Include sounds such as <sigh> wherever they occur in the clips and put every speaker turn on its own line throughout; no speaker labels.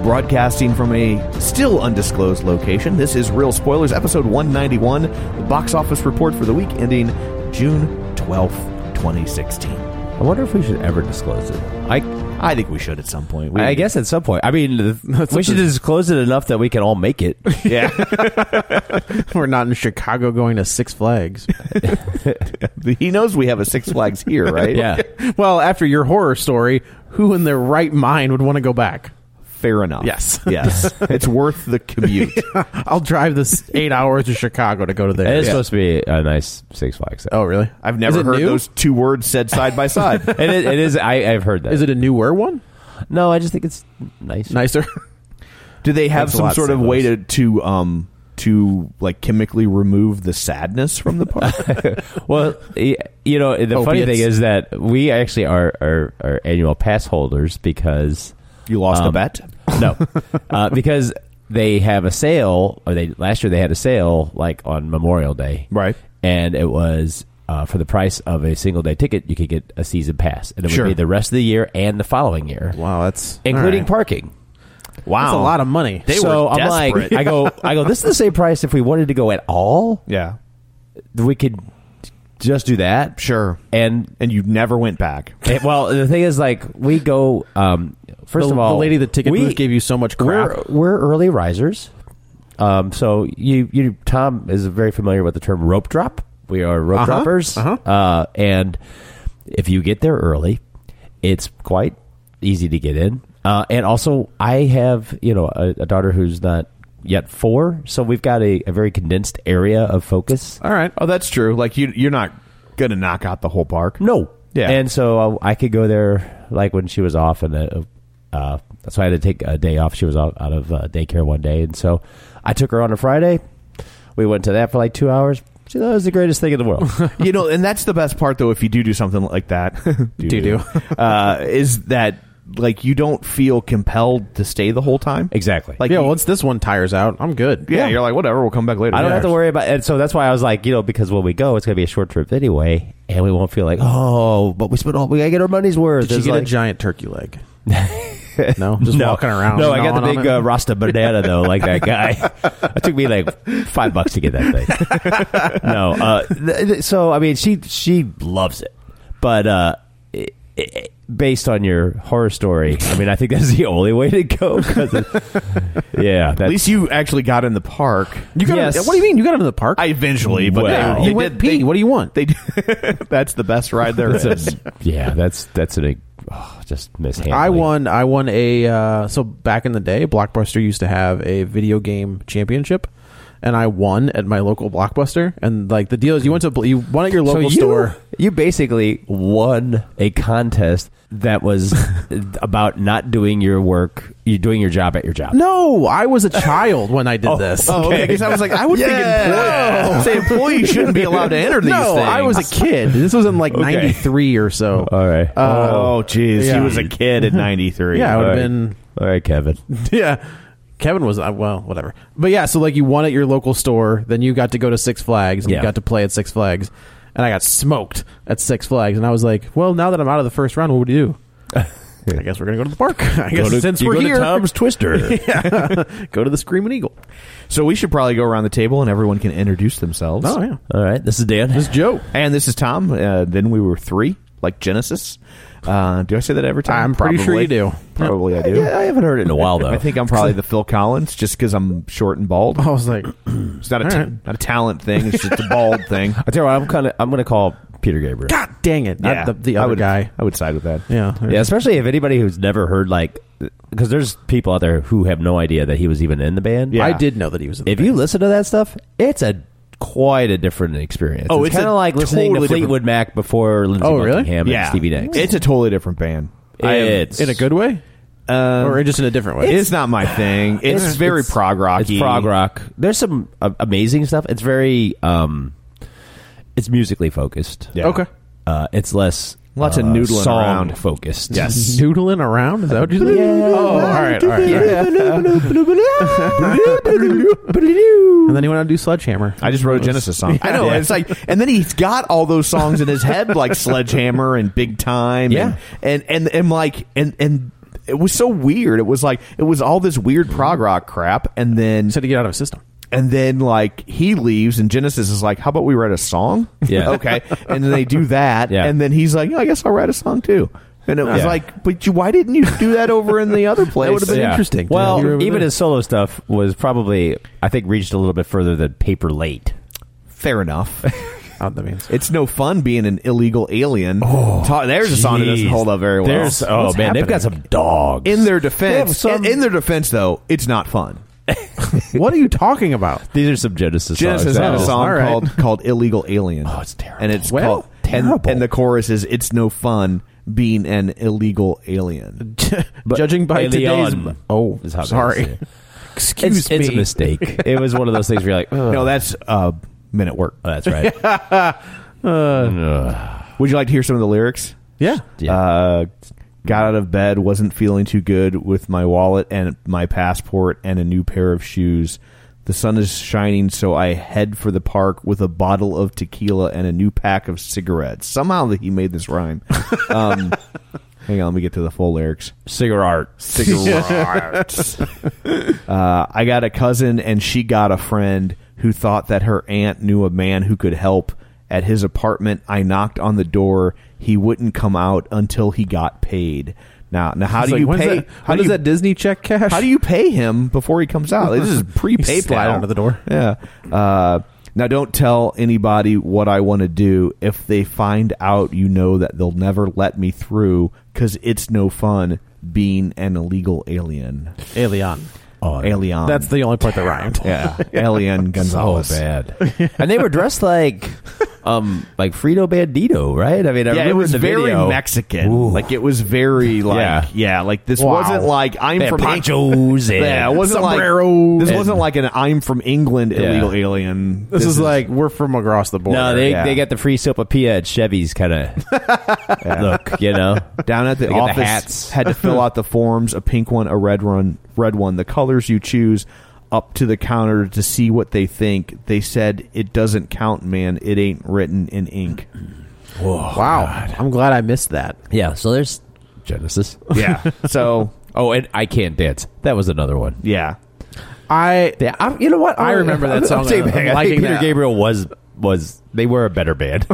Broadcasting from a still undisclosed location, this is Real Spoilers, episode 191, the box office report for the week ending June 12th, 2016.
I wonder if we should ever disclose it.
I I think we should at some point. We,
I guess at some point. I mean, <laughs> the- we should disclose it enough that we can all make it.
<laughs> yeah.
We're not in Chicago going to Six Flags. <laughs>
he knows we have a Six Flags here,
<laughs>
right?
Yeah.
well, after your horror story, who in their right mind would want to go back?
Fair enough.
Yes.
<laughs>
Yes. it's worth the commute.
I'll drive this eight hours to Chicago to go to
It
there.
is supposed to be a nice Six Flags.
Oh, really?
I've
Is
never
it
heard
new?
those two words said side by side.
it, is, it is. I, I've heard that.
Is it a newer one?
No, I just think it's nice.
Nicer. <laughs>
Do they have
Makes a
some
lot
sort of
sense.
way to, to um to like chemically remove the sadness from the part?
Well, y- you know, the funny
Opiates.
thing is that we actually are, are, are annual pass holders because
you lost a
Um,
bet.
<laughs> no, uh, because they have a sale, or they last year they had a sale like on Memorial Day,
Right.
And it was uh, for the price of a single day ticket, you could get a season pass, and it
Sure.
would be the rest of the year and the following year,
Wow, that's all
including
right.
parking.
Wow,
That's a lot of money.
so I'm like, I go, I go. This is the same price. If we wanted to go at all,
yeah,
we could just do that.
sure.
And
And you never went back.
It- well, the thing is, like, we go. Um, first
The-
of all,
the lady at the ticket
we,
booth gave you so much crap.
We're, we're early risers, um, so you, you, Tom is very familiar with the term rope drop. We are
Uh-huh.
rope droppers, uh and if you get there early, it's quite easy to get in. Uh, and also, I have you know a, a daughter who's not yet four, so we've got a, a very condensed area of focus.
All right. Oh, that's true. Like you, you're not gonna knock out the whole park.
<laughs> No.
Yeah.
And so I, I could go there like when she was off, and uh, uh, so I had to take a day off. She was out, out of uh, daycare one day, and so I took her on a Friday. We went to that for like two hours. She thought it was the greatest thing in the world.
you know, and that's the best part though. If you do do something like that,
Do-do.
<laughs> uh, is that like you don't feel compelled to stay the whole time?
exactly.
Like
yeah,
you-
once this one tires out, I'm good.
yeah, you're like whatever. We'll come back later.
I don't
Yeah.
have to worry about, and so that's why I was like, you know, because when we go, it's going to be a short trip anyway, and we won't feel like, oh, but we spent all, we got to get our money's worth.
Did you
It's
get
like-
a giant turkey leg? no, just walking around.
No, I got the
gnawing
big
on it.
uh, Rasta banana though, like
<laughs>
that guy. it took me like five bucks to get that thing.
<laughs>
no, uh, th- th- so I mean, she she loves it, but uh, i i based on your horror story, I mean, I think that's the only way to go. 'cause it- yeah,
At
that's,
least you actually got in the park.
You got
Yes.
what do you mean? You got into the park?
I eventually, but
Well.
they,
you
they
went
did,
pee.
They,
what do you want?
They, <laughs> that's the best ride there is.
that's a, yeah, that's that's a oh, just mishandling.
I won. I won a. Uh, so back in the day, Blockbuster used to have a video game championship, and I won at my local Blockbuster. And like the deal is, you went to you won at your
So
local
you,
store.
You basically won a contest that was <laughs> about not doing your work, you doing your job at your job.
No, I was a child when I did this.
Oh, okay. <laughs> Oh. Because I was like, I would think employees, say employees shouldn't be allowed to enter these
no,
things.
I was a kid. This was
<laughs>
in like '93 or so.
All right.
oh, jeez.
yeah.
He was a kid at 93.
yeah, I would have
right.
been.
All right, Kevin.
<laughs> Yeah. Kevin was uh, well, whatever. But yeah, so like you won at your local store, then you got to go to Six Flags and
Yeah.
you got to play at Six Flags, and I got smoked at Six Flags, and I was like, well, now that I'm out of the first round, what would you do? I guess we're gonna go to the park. <laughs> I guess since we're here,
<laughs> Twister.
go to the Screaming Eagle.
<laughs> So we should probably go around the table and everyone can introduce themselves.
Oh yeah,
All right, this is Dan.
it's Joe.
And this is Tom. Uh, then we were three. like Genesis. Uh, do I say that every time?
I'm pretty sure you do.
Probably I do.
Yeah, <laughs> I haven't heard it in a while though.
I think I'm probably the Phil Collins just because I'm short and bald.
I was like,
It's not a,
all
ta-
right.
not a talent thing. It's just a bald <laughs> thing.
I tell you what, I'm kind of I'm going to call Peter Gabriel.
God dang it! Not the, the
I
other
would,
guy.
I would side with that.
Yeah,
Yeah, especially if anybody who's never heard like, because there's people out there who have no idea that he was even in the band.
I did know that he was. In the
If you listen to that stuff, it's a quite a different experience.
Oh,
it's,
it's
kind
a
of like listening
totally
to Fleetwood Mac before Lindsey
Oh, really?
Buckingham and
Yeah,
Stevie Nicks.
It's a totally different band. I am-
It's-
in a good way,
Um,
or just in a different way.
It's, not
<sighs>
my thing. It's, very prog rock.
It's prog rock. There's some uh, amazing stuff. It's very, um, it's musically focused.
Yeah.
Okay.
Uh, it's less
Lots of
uh,
noodling
song
around.
focused.
Yes.
Noodling around? Is that what you said? Oh, all right, all right. And then he went on to do Sledgehammer.
I just wrote a Genesis song. I know.
<laughs> Yeah.
It's like, and then he's got all those songs in his head, like Sledgehammer and Big Time.
Yeah.
And, and, and, and like, and, and it was so weird. It was like, it was all this weird prog rock crap. And then,
said to get out of his system.
and then like he leaves and Genesis is like, how about we write a song? <laughs>
Yeah.
okay. And then they do that.
Yeah.
And then he's like, yeah, I guess I'll write a song too. And it was
Yeah.
like, but you, why didn't you do that over in the
<laughs>
other place?
would've been Yeah. interesting to
Well,
hear over
even
there.
his solo stuff was probably, I think, reached a little bit further than Paper Late.
fair
<laughs>
enough.
Oh, that means
It's no fun being an illegal alien. Oh, there's a song that doesn't
Jeez.
hold up very well.
There's, oh man, they've got some dogs.
in their
They have
defense.
some- Oh,
in, in their defense, though, it's not fun.
<laughs> what are you talking about?
these are some Genesis.
Genesis
songs.
had a
Oh.
song
all right.
called called "Illegal Alien."
Oh, it's terrible.
And it's
Well,
called and-
terrible.
And, the chorus is, "It's no fun being an illegal alien."
Judging by today's,
Alien
oh,
is how they say
sorry,
<laughs> it.
excuse
It's, it's a mistake. <laughs> it was one of those things where you're like, "Ugh."
No, that's uh, men at work. Uh,
Oh, that's
<laughs>
right. Ugh.
Would you like to hear some of the lyrics?
Yeah,
Yeah.
Uh, got out of bed, wasn't feeling too good with my wallet and my passport and a new pair of shoes. The sun is shining, so I head for the park with a bottle of tequila and a new pack of cigarettes. Somehow that he made this <laughs> rhyme. Um, hang on, let me get to the full lyrics.
cigar <laughs> art.
Cigarettes. uh, I got a cousin, and she got a friend who thought that her aunt knew a man who could help. At his apartment, I knocked on the door. He wouldn't come out until he got paid. Now, now, how
It's
do
like,
you
when's
pay?
that-
how
how
do
does
you-
that Disney check cash?
how do you pay him before he comes out? This
<laughs>
is pre
He slid
PayPal.
under the door.
Yeah. Uh, now, don't tell anybody what I want to do. If they find out, you know that they'll never let me through because it's no fun being an illegal alien.
Alien?
alien.
That's the only part that rhymed.
<laughs> yeah. Alien
So
Gonzalez.
bad. and they were dressed like, um, like Frito Bandito, right? I mean, I
Yeah, it
remember
was
the
very
video.
Mexican.
Ooh.
Like it was very like yeah,
Yeah.
like this
Wow.
wasn't like I'm
They had
from
ponchos and
<laughs> Yeah, it wasn't
sombreros
like this
and-
wasn't like an I'm from England
Yeah.
illegal alien.
This, is, like we're from across the board.
No, they
Yeah.
they got the free sopapilla at Chevy's
<laughs>
kind of look, you know.
down at the
They get the
office
hats.
had to fill out the forms a pink one a red one red one the colors you choose up to the counter to see what they think they said it doesn't count man it ain't written in ink
wow, I'm glad I missed that.
Yeah, so there's <laughs> Genesis.
yeah so
Oh, and I can't dance. That was another one.
yeah
I
Yeah, I, you know what? Oh,
I remember that
I'm-
song.
I'm saying
I'm
that. I
liking
think Peter
that.
Gabriel was was they were a better <laughs> band.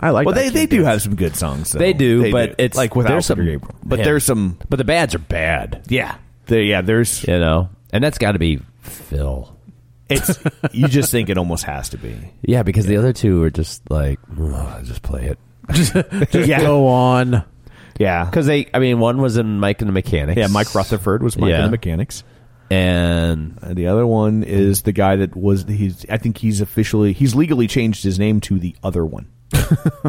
I like.
well
that
they,
kid
they do
dance.
have some good songs though.
they do, but it's
like without
there's some,
Peter Gabriel. but
yeah.
there's some
but the bads are bad.
yeah there, yeah
<laughs>
there's
You know, and that's got to be Phil.
it's you just think it almost has to be
Yeah, because the other two are just like "Ugh, just play <laughs> it
yeah
Go on.
yeah
because they. I mean, one was in Mike and the Mechanics.
yeah Mike Rutherford was Mike
Yeah.
in the Mechanics
and
And the other one is the guy that was he's I think he's officially he's legally changed his name to the other one.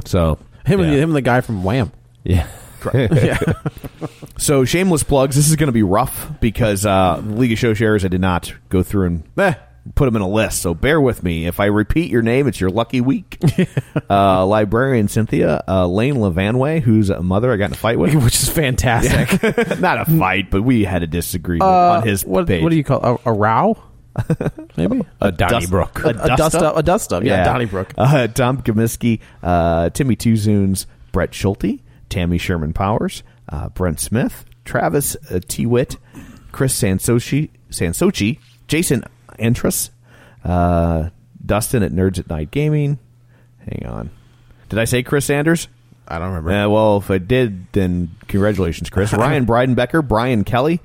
so
Him
yeah.
and the, him and the guy from Wham.
Yeah.
<laughs> So shameless plugs. This is going to be rough because uh, League of Show Sharers I did not go through and eh, put them in a list. So bear with me if I repeat your name. It's your lucky
<laughs>
week. uh, librarian Cynthia uh, Lane Levanway, who's a mother I got in a fight <laughs> with.
<laughs> which is fantastic. <laughs>
not a fight, but we had a disagreement on his
Uh, what,
page.
what do you call a, a row? Maybe
A Donnybrook.
A,
a dust up, a dust up. Yeah, Donnybrook.
<laughs> Uh, Tom Kaminsky, uh, Timmy Tuzoons, Brett Schulte, Tammy Sherman Powers, uh, Brent Smith, Travis uh, Tewitt, Chris Sansochi, Sansochi Jason Antris, uh, Dustin at Nerds at Night Gaming. Hang on. Did I say Chris Sanders?
I don't remember.
Uh, well, if I did, then congratulations, Chris. Ryan Bridenbecker, Brian Kelly,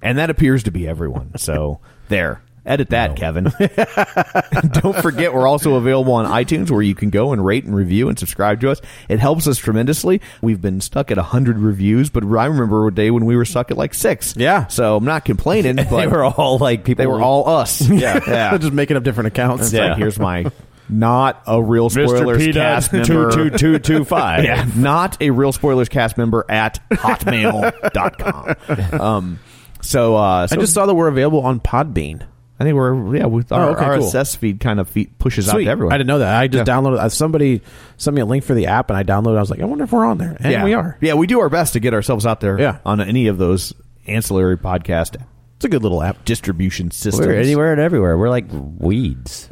and that appears to be everyone. So there. Edit that, Kevin. <laughs> Don't forget, we're also available on iTunes where you can go and rate and review and subscribe to us. It helps us tremendously. We've been stuck at 100 reviews, but I remember a day when we were stuck at like six.
Yeah.
So I'm not complaining, but
they were all like people.
they were
<laughs>
all us. Yeah. <laughs> Yeah.
just making up different accounts.
It's like, here's my not a real spoilers cast member.
two two five.
<laughs> Yeah, not a real spoilers cast member at
<laughs>
hotmail.com. Um, so, uh, so Oh,
I just saw that we're available on Podbean.
I think we're yeah, we, our
okay, cool.
RSS feed kind of feed pushes out to everyone.
I didn't know that. I just downloaded. uh, Somebody sent me a link for the app, and I downloaded. it. I was like, I wonder if we're on there, and
yeah,
we are.
Yeah, we do our best to get ourselves out there.
Yeah.
on any of those ancillary podcast
It's a good little app.
distribution systems.
We're anywhere and everywhere. We're like weeds.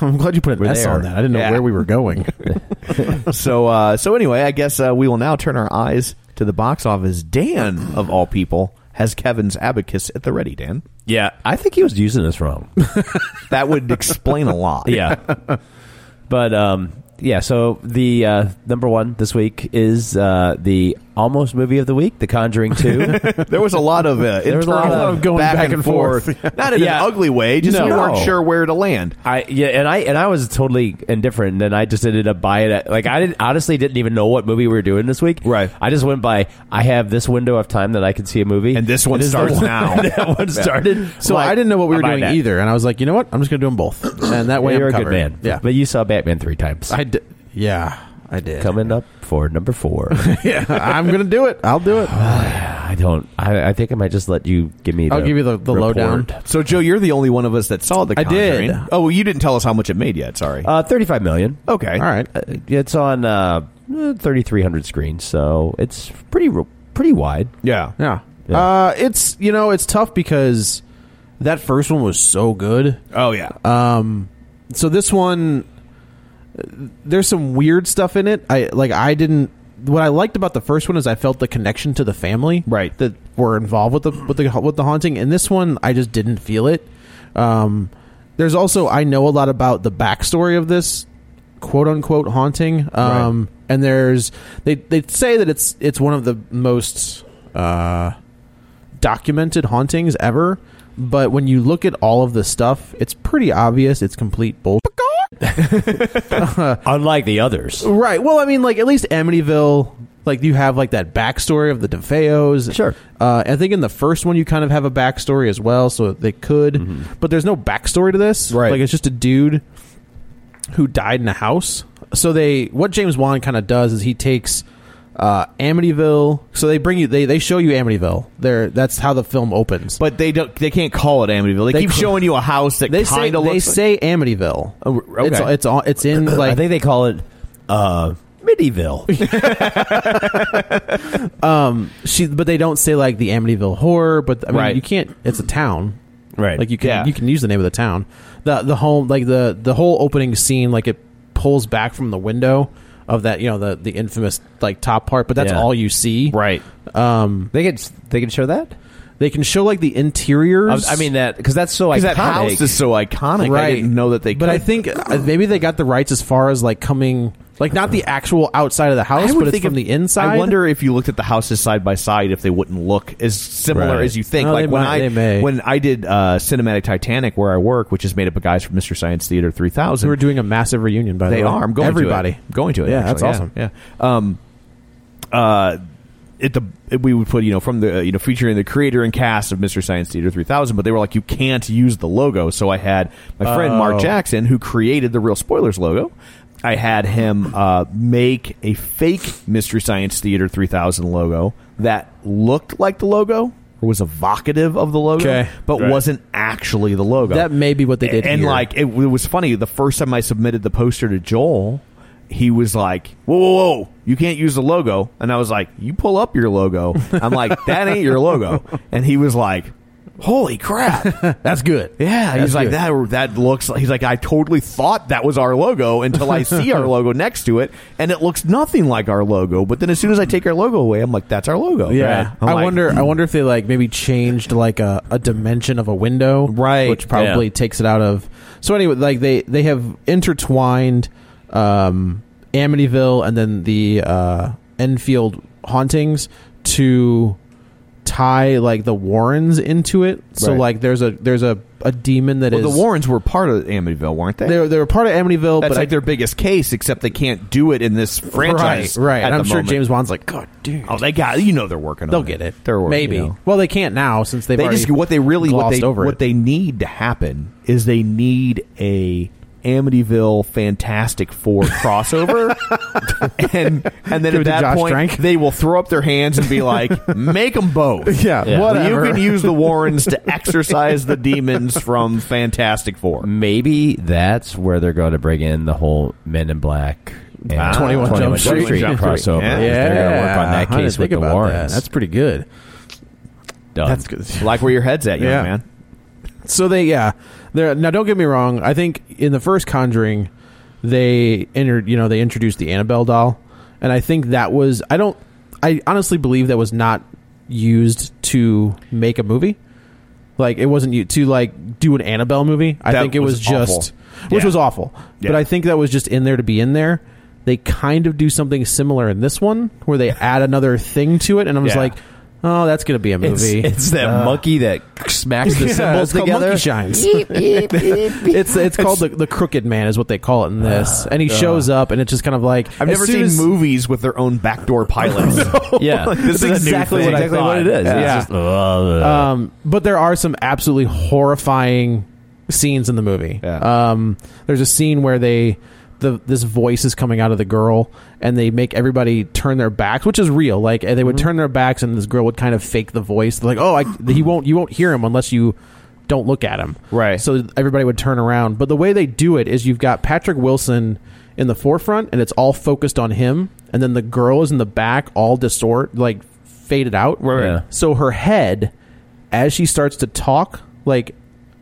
I'm glad you put an
We're
S
there.
on that. I didn't
Yeah.
know where we were <laughs> going.
So, uh, so anyway, I guess uh, we will now turn our eyes to the box office. Dan, of all people, has Kevin's abacus at the ready. Dan,
Yeah, I think he was using this <laughs> wrong.
that would explain a lot.
yeah, but um, yeah. So the uh, number one this week is uh, the almost movie of the week, The Conjuring <laughs> Two.
There was a lot of uh,
was a
internal
lot of
going back and <laughs> forth.
Not in
Yeah.
an ugly way, just
No.
we weren't
No.
sure where to land.
I yeah, and I and I was totally indifferent. And then I just ended up buying it. Like I didn't, honestly didn't even know what movie we were doing this week.
Right.
I just went by. I have this window of time that I can see a movie,
And this one
is the
starts now.
<laughs> that one started.
So
Like,
I didn't know what we
I'm
were
buying
doing
that.
either, and I was like, you know what? I'm just going to do them both, and that way
You're
I'm
a good
covered.
man.
Yeah,
but you saw Batman three times.
I did. Yeah, I did.
Coming up for
<laughs>
number four.
yeah, I'm going to do it. I'll do it.
I don't. I, I think I might just let you give me. The
I'll give you the- the
report.
lowdown.
So, Joe, you're the only one of us that saw the.
I did.
Conjuring. Oh, well, you didn't tell us how much it made yet. Sorry.
Uh, Thirty-five million.
okay.
All right.
Uh, It's on uh, thirty-three hundred screens, so it's pretty pretty wide.
Yeah.
Yeah.
Yeah.
Uh, it's you know it's tough because that first one was so good.
Oh yeah.
Um, so this one, uh, there's some weird stuff in it. I like I didn't. What I liked about the first one is I felt the connection to the family,
Right.
That were involved with the with the with the haunting. And this one, I just didn't feel it. Um, there's also I know a lot about the backstory of this quote unquote haunting. Um, and there's they they say that it's it's one of the most uh documented hauntings ever. But when you look at all of the stuff, it's pretty obvious it's complete bull.
Unlike the others,
Right. Well, I mean, like at least Amityville, like you have like that backstory of the DeFeos.
Sure.
Uh, I think in the first one you kind of have a backstory as well, so they could. But there's no backstory to this.
Mm-hmm. Right.
Like it's just a dude who died in a house. So they what James Wan kind of does is he takes uh, Amityville. So they bring you they they show you Amityville. There that's how the film opens.
but they don't. They can't call it Amityville. They,
They
keep
call-
showing you a house that
they
kind
say
of
they
looks.
say Amityville.
Oh, okay.
It's it's all-
<coughs>
it's in like
I think they call it uh, Middyville. <laughs>
she but they don't say like the Amityville horror, but I mean,
Right.
you can't it's a town.
Right.
Like you can
Yeah.
you can use the name of the town. The the home like the the whole opening scene like it pulls back from the window of that, you know, the the infamous like top part, but that's
Yeah.
all you see.
right.
Um
they can they can show that.
they can show like the interiors.
I mean that because that's so iconic.
Because that house is so iconic. I didn't know that they.
But I
could.
think uh, maybe they got the rights as far as like coming like not the actual outside of the
I
house,
would
but it's
think
from
if-
the inside.
I wonder if you looked at the houses side by side, if they wouldn't look as similar
Right.
as you think.
No,
like
Oh, they
when
might-
I
they may.
when I did uh, cinematic Titanic, where I work, which is made up of guys from Mr. Science Theater three thousand.
we were doing a massive reunion by
They
the way.
are. I'm going
Everybody.
to it. I'm going to it.
Yeah,
actually.
that's awesome.
Yeah. yeah. Um, uh, at the it- we would put you know from the uh, you know featuring the creator and cast of Mr. Science Theater 3000, but they were like you can't use the logo. So I had my friend
Oh.
Mark Jackson who created the Real Spoilers logo. I had him uh, make a fake Mystery Science Theater 3000 logo that looked like the logo or was evocative of the logo,
Okay.
but
Right.
wasn't actually the logo.
That may be what they did
And
here.
like it, w- it was funny. The first time I submitted the poster to Joel, he was like, "Whoa, whoa, whoa! You can't use the logo." And I was like, "You pull up your logo." I'm like, "That ain't your logo." And he was like, "Holy crap!"
That's good.
Yeah,
That's
he's like
good.
that. That looks. like He's like, I totally thought that was our logo until I see our logo next to it, and it looks nothing like our logo. But then as soon as I take our logo away, I'm like, that's our logo.
Yeah,
I'm
I
like, hmm.
wonder. I wonder if they like maybe changed like a, a dimension of a window,
Right,
Which probably
yeah.
takes it out of. So anyway, like they they have intertwined um, Amityville and then the uh, Enfield hauntings to tie like the Warrens into it. So
Right.
like there's a there's a, a demon that is
Well, the Warrens were part of Amityville, weren't they?
they were, they were part of Amityville,
That's
but
like
I,
their biggest case, except they can't do it in this franchise.
Right, right.
at
And I'm
the
sure
moment.
James Wan's like, God, dude.
Oh, they got you know they're working.
They'll
on
get it.
They're working.
Maybe.
you know.
Well, they can't now since they've
they
already
just what they really what
glossed
they
over
what
it.
they need to happen is they need a Amityville Fantastic Four crossover, <laughs> and and then
Give it
at
to
that
Josh
point
Trank.
they will throw up their hands and be like, <laughs> "Make them both."
<laughs> Yeah, Yeah. whatever.
You can use the Warrens
<laughs>
to exorcise the demons from Fantastic Four.
Maybe that's where they're going to bring in the whole Men in Black and
Ah,
21 Jump Street.
crossover.
Yeah.
They're going to work on that
I didn't
case
think
with the
about that.
Warrens.
That's pretty good.
done.
That's good.
Like where your head's at, young
Yeah.
man.
So they, yeah, they're now. Don't get me wrong. I think in the first Conjuring, they entered. You know, they introduced the Annabelle doll, and I think that was. I don't. I honestly believe that was not used to make a movie. Like it wasn't u- to like do an Annabelle movie. I
That
think it
was
was, just, which
Yeah.
was awful. But
Yeah.
I think that was just in there to be in there. They kind of do something similar in this one where <laughs> they add another thing to it, and I'm just
Yeah.
like, oh, that's gonna be a
It's,
movie.
it's that monkey that smacks
<laughs>
the
Yeah,
symbols
it's called
together.
Monkey <laughs> shines. it's it's called the, the crooked man is what they call it in
<sighs>
this, and he shows up and it's just kind of like
I've
as
never
soon
seen
as-
movies with their own backdoor pilots.
Yeah,
This is a new
exactly
thing.
what, I
Exactly
thought.
what it is.
Yeah.
Yeah.
It's just, uh,
Um, but there are some absolutely horrifying scenes in the movie.
Yeah.
Um, there's a scene where they the this voice is coming out of the girl, and they make everybody turn their backs, which is real. Like and they
Mm-hmm.
would turn their backs, and this girl would kind of fake the voice, They're like oh,
<clears throat>
I, he won't, you won't hear him unless you don't look at him.
Right.
So everybody would turn around, but the way they do it is you've got Patrick Wilson in the forefront, and it's all focused on him, and then the girl is in the back, all distort like faded out.
Right. Yeah.
So her head, as she starts to talk, like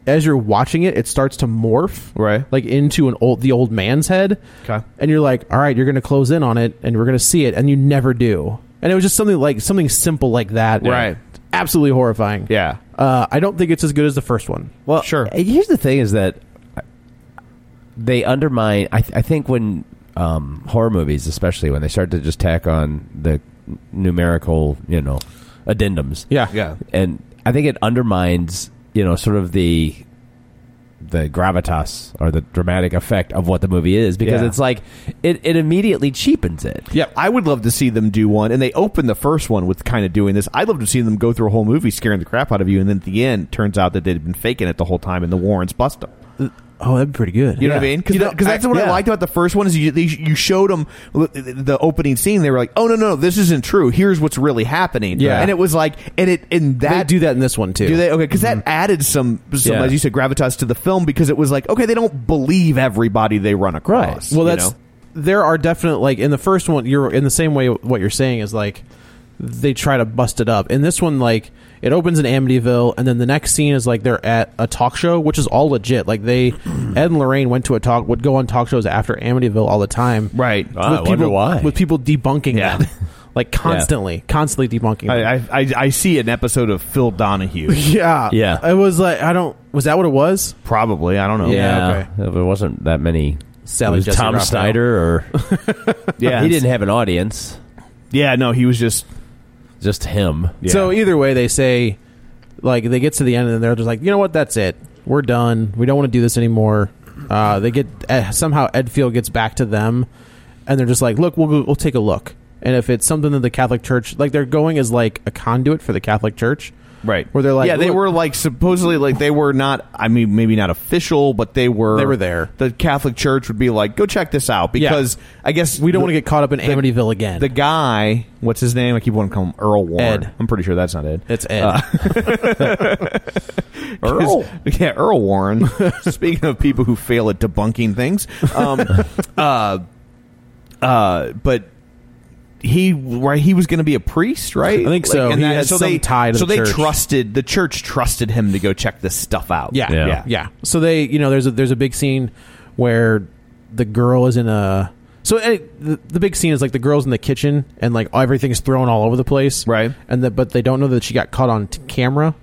as you're watching it, it starts to morph,
Right.
Like into an old the old man's head.
Okay.
And you're like, all right, you're gonna close in on it, and we're gonna see it, and you never do. And it was just something like something simple like that,
Right.
Absolutely horrifying.
Yeah.
Uh, I don't think it's as good as the first one.
Well,
Sure.
and Here's the thing: is that they undermine. I, th- I think when um, horror movies, especially when they start to just tack on the numerical, you know, addendums.
Yeah.
Yeah.
and I think it undermines, you know, sort of the the gravitas or the dramatic effect of what the movie is because
Yeah.
it's like it, it immediately cheapens it.
Yep. I would love to see them do one, and they open the first one with kind of doing this. I'd love to see them go through a whole movie scaring the crap out of you, and then at the end, turns out that they'd been faking it the whole time, and the Warrens bust them.
Oh, that'd be pretty good.
You know what I mean?
You know,
Because that's
I-
what
yeah.
I liked about the first one is you they, you showed them the opening scene. They were like, "Oh no, no, this isn't true. Here's what's really happening."
Yeah.
and it was like, and it and
They
that
do that in this one too.
Do they? Okay, because that added some, some
Yeah.
as you said, gravitas to the film because it was like, okay, they don't believe everybody they run across.
Well,
you
that's
know?
there are definite like in the first one. You're in the same way. What you're saying is like they try to bust it up. In this one, like it opens in Amityville, and then the next scene is like they're at a talk show, which is all legit. Like
<clears throat>
they Ed and Lorraine went to a talk, would go on talk shows after Amityville all the time,
right.
Ah, I
people,
wonder why.
With people debunking
Yeah.
them, <laughs> like constantly, constantly debunking. Them.
I, I I- I see an episode of Phil Donahue. <laughs>
yeah,
Yeah.
It was like I don't. Was that what it was?
Probably, I don't know.
Yeah.
okay. There wasn't that many.
Sally
it was
Jesse
Tom
<laughs>
Raphael.
Snyder, or
yeah.
he didn't have an audience,
Yeah, no, he was just.
just him.
Yeah.
So either way, they say, like they get to the end and they're just like, you know what, that's it. We're done. We don't want to do this anymore. Uh, they get eh, somehow Edfield gets back to them, and they're just like, look, we'll we'll take a look. And if it's something that the Catholic Church like they're going as like a conduit for the Catholic Church,
Right.
Where they're like,
yeah, they
"Look."
were like supposedly like they were not. I mean, maybe not official, but they were.
They were there.
The Catholic Church would be like, go check this out because I guess
We don't
the-
want to get caught up in Amityville again.
the guy. What's his name? I keep wanting to call him Earl Warren.
Ed.
I'm pretty sure that's not Ed.
it's Ed. <laughs>
Earl. Yeah, Earl Warren. <laughs> Speaking of people who fail at debunking things,
<laughs>
um, uh, uh, but he right he was going to be a priest, right?
I think so. He has
so
some
they
tie to
so
the
they
church.
trusted the church trusted him to go check this stuff out.
Yeah,
Yeah.
yeah, yeah, So they, you know, there's a there's a big scene where the girl is in a. So eh, the, the big scene is like the girl's in the kitchen and like everything's thrown all over the place,
Right.
And the, but they don't know that she got caught on t- camera,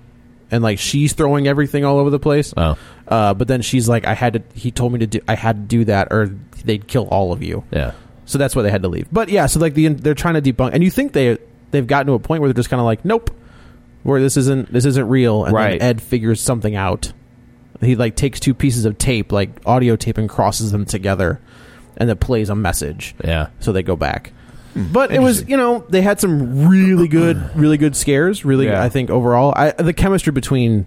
and like she's throwing everything all over the place.
Oh.
Uh, but then she's like, I had to. He told me to do. I had to do that, or they'd kill all of you.
Yeah.
So that's why they had to leave. But yeah, so like the they're trying to debunk, and you think they they've gotten to a point where they're just kind of like, nope, where this isn't this isn't real. And
Right.
then Ed figures something out. He like takes two pieces of tape, like audio tape, and crosses them together, and it plays a message.
Yeah.
So they go back.
Hmm.
But it was, you know, they had some really
<clears throat>
good, really good scares. Really,
Yeah.
I think overall, I, the chemistry between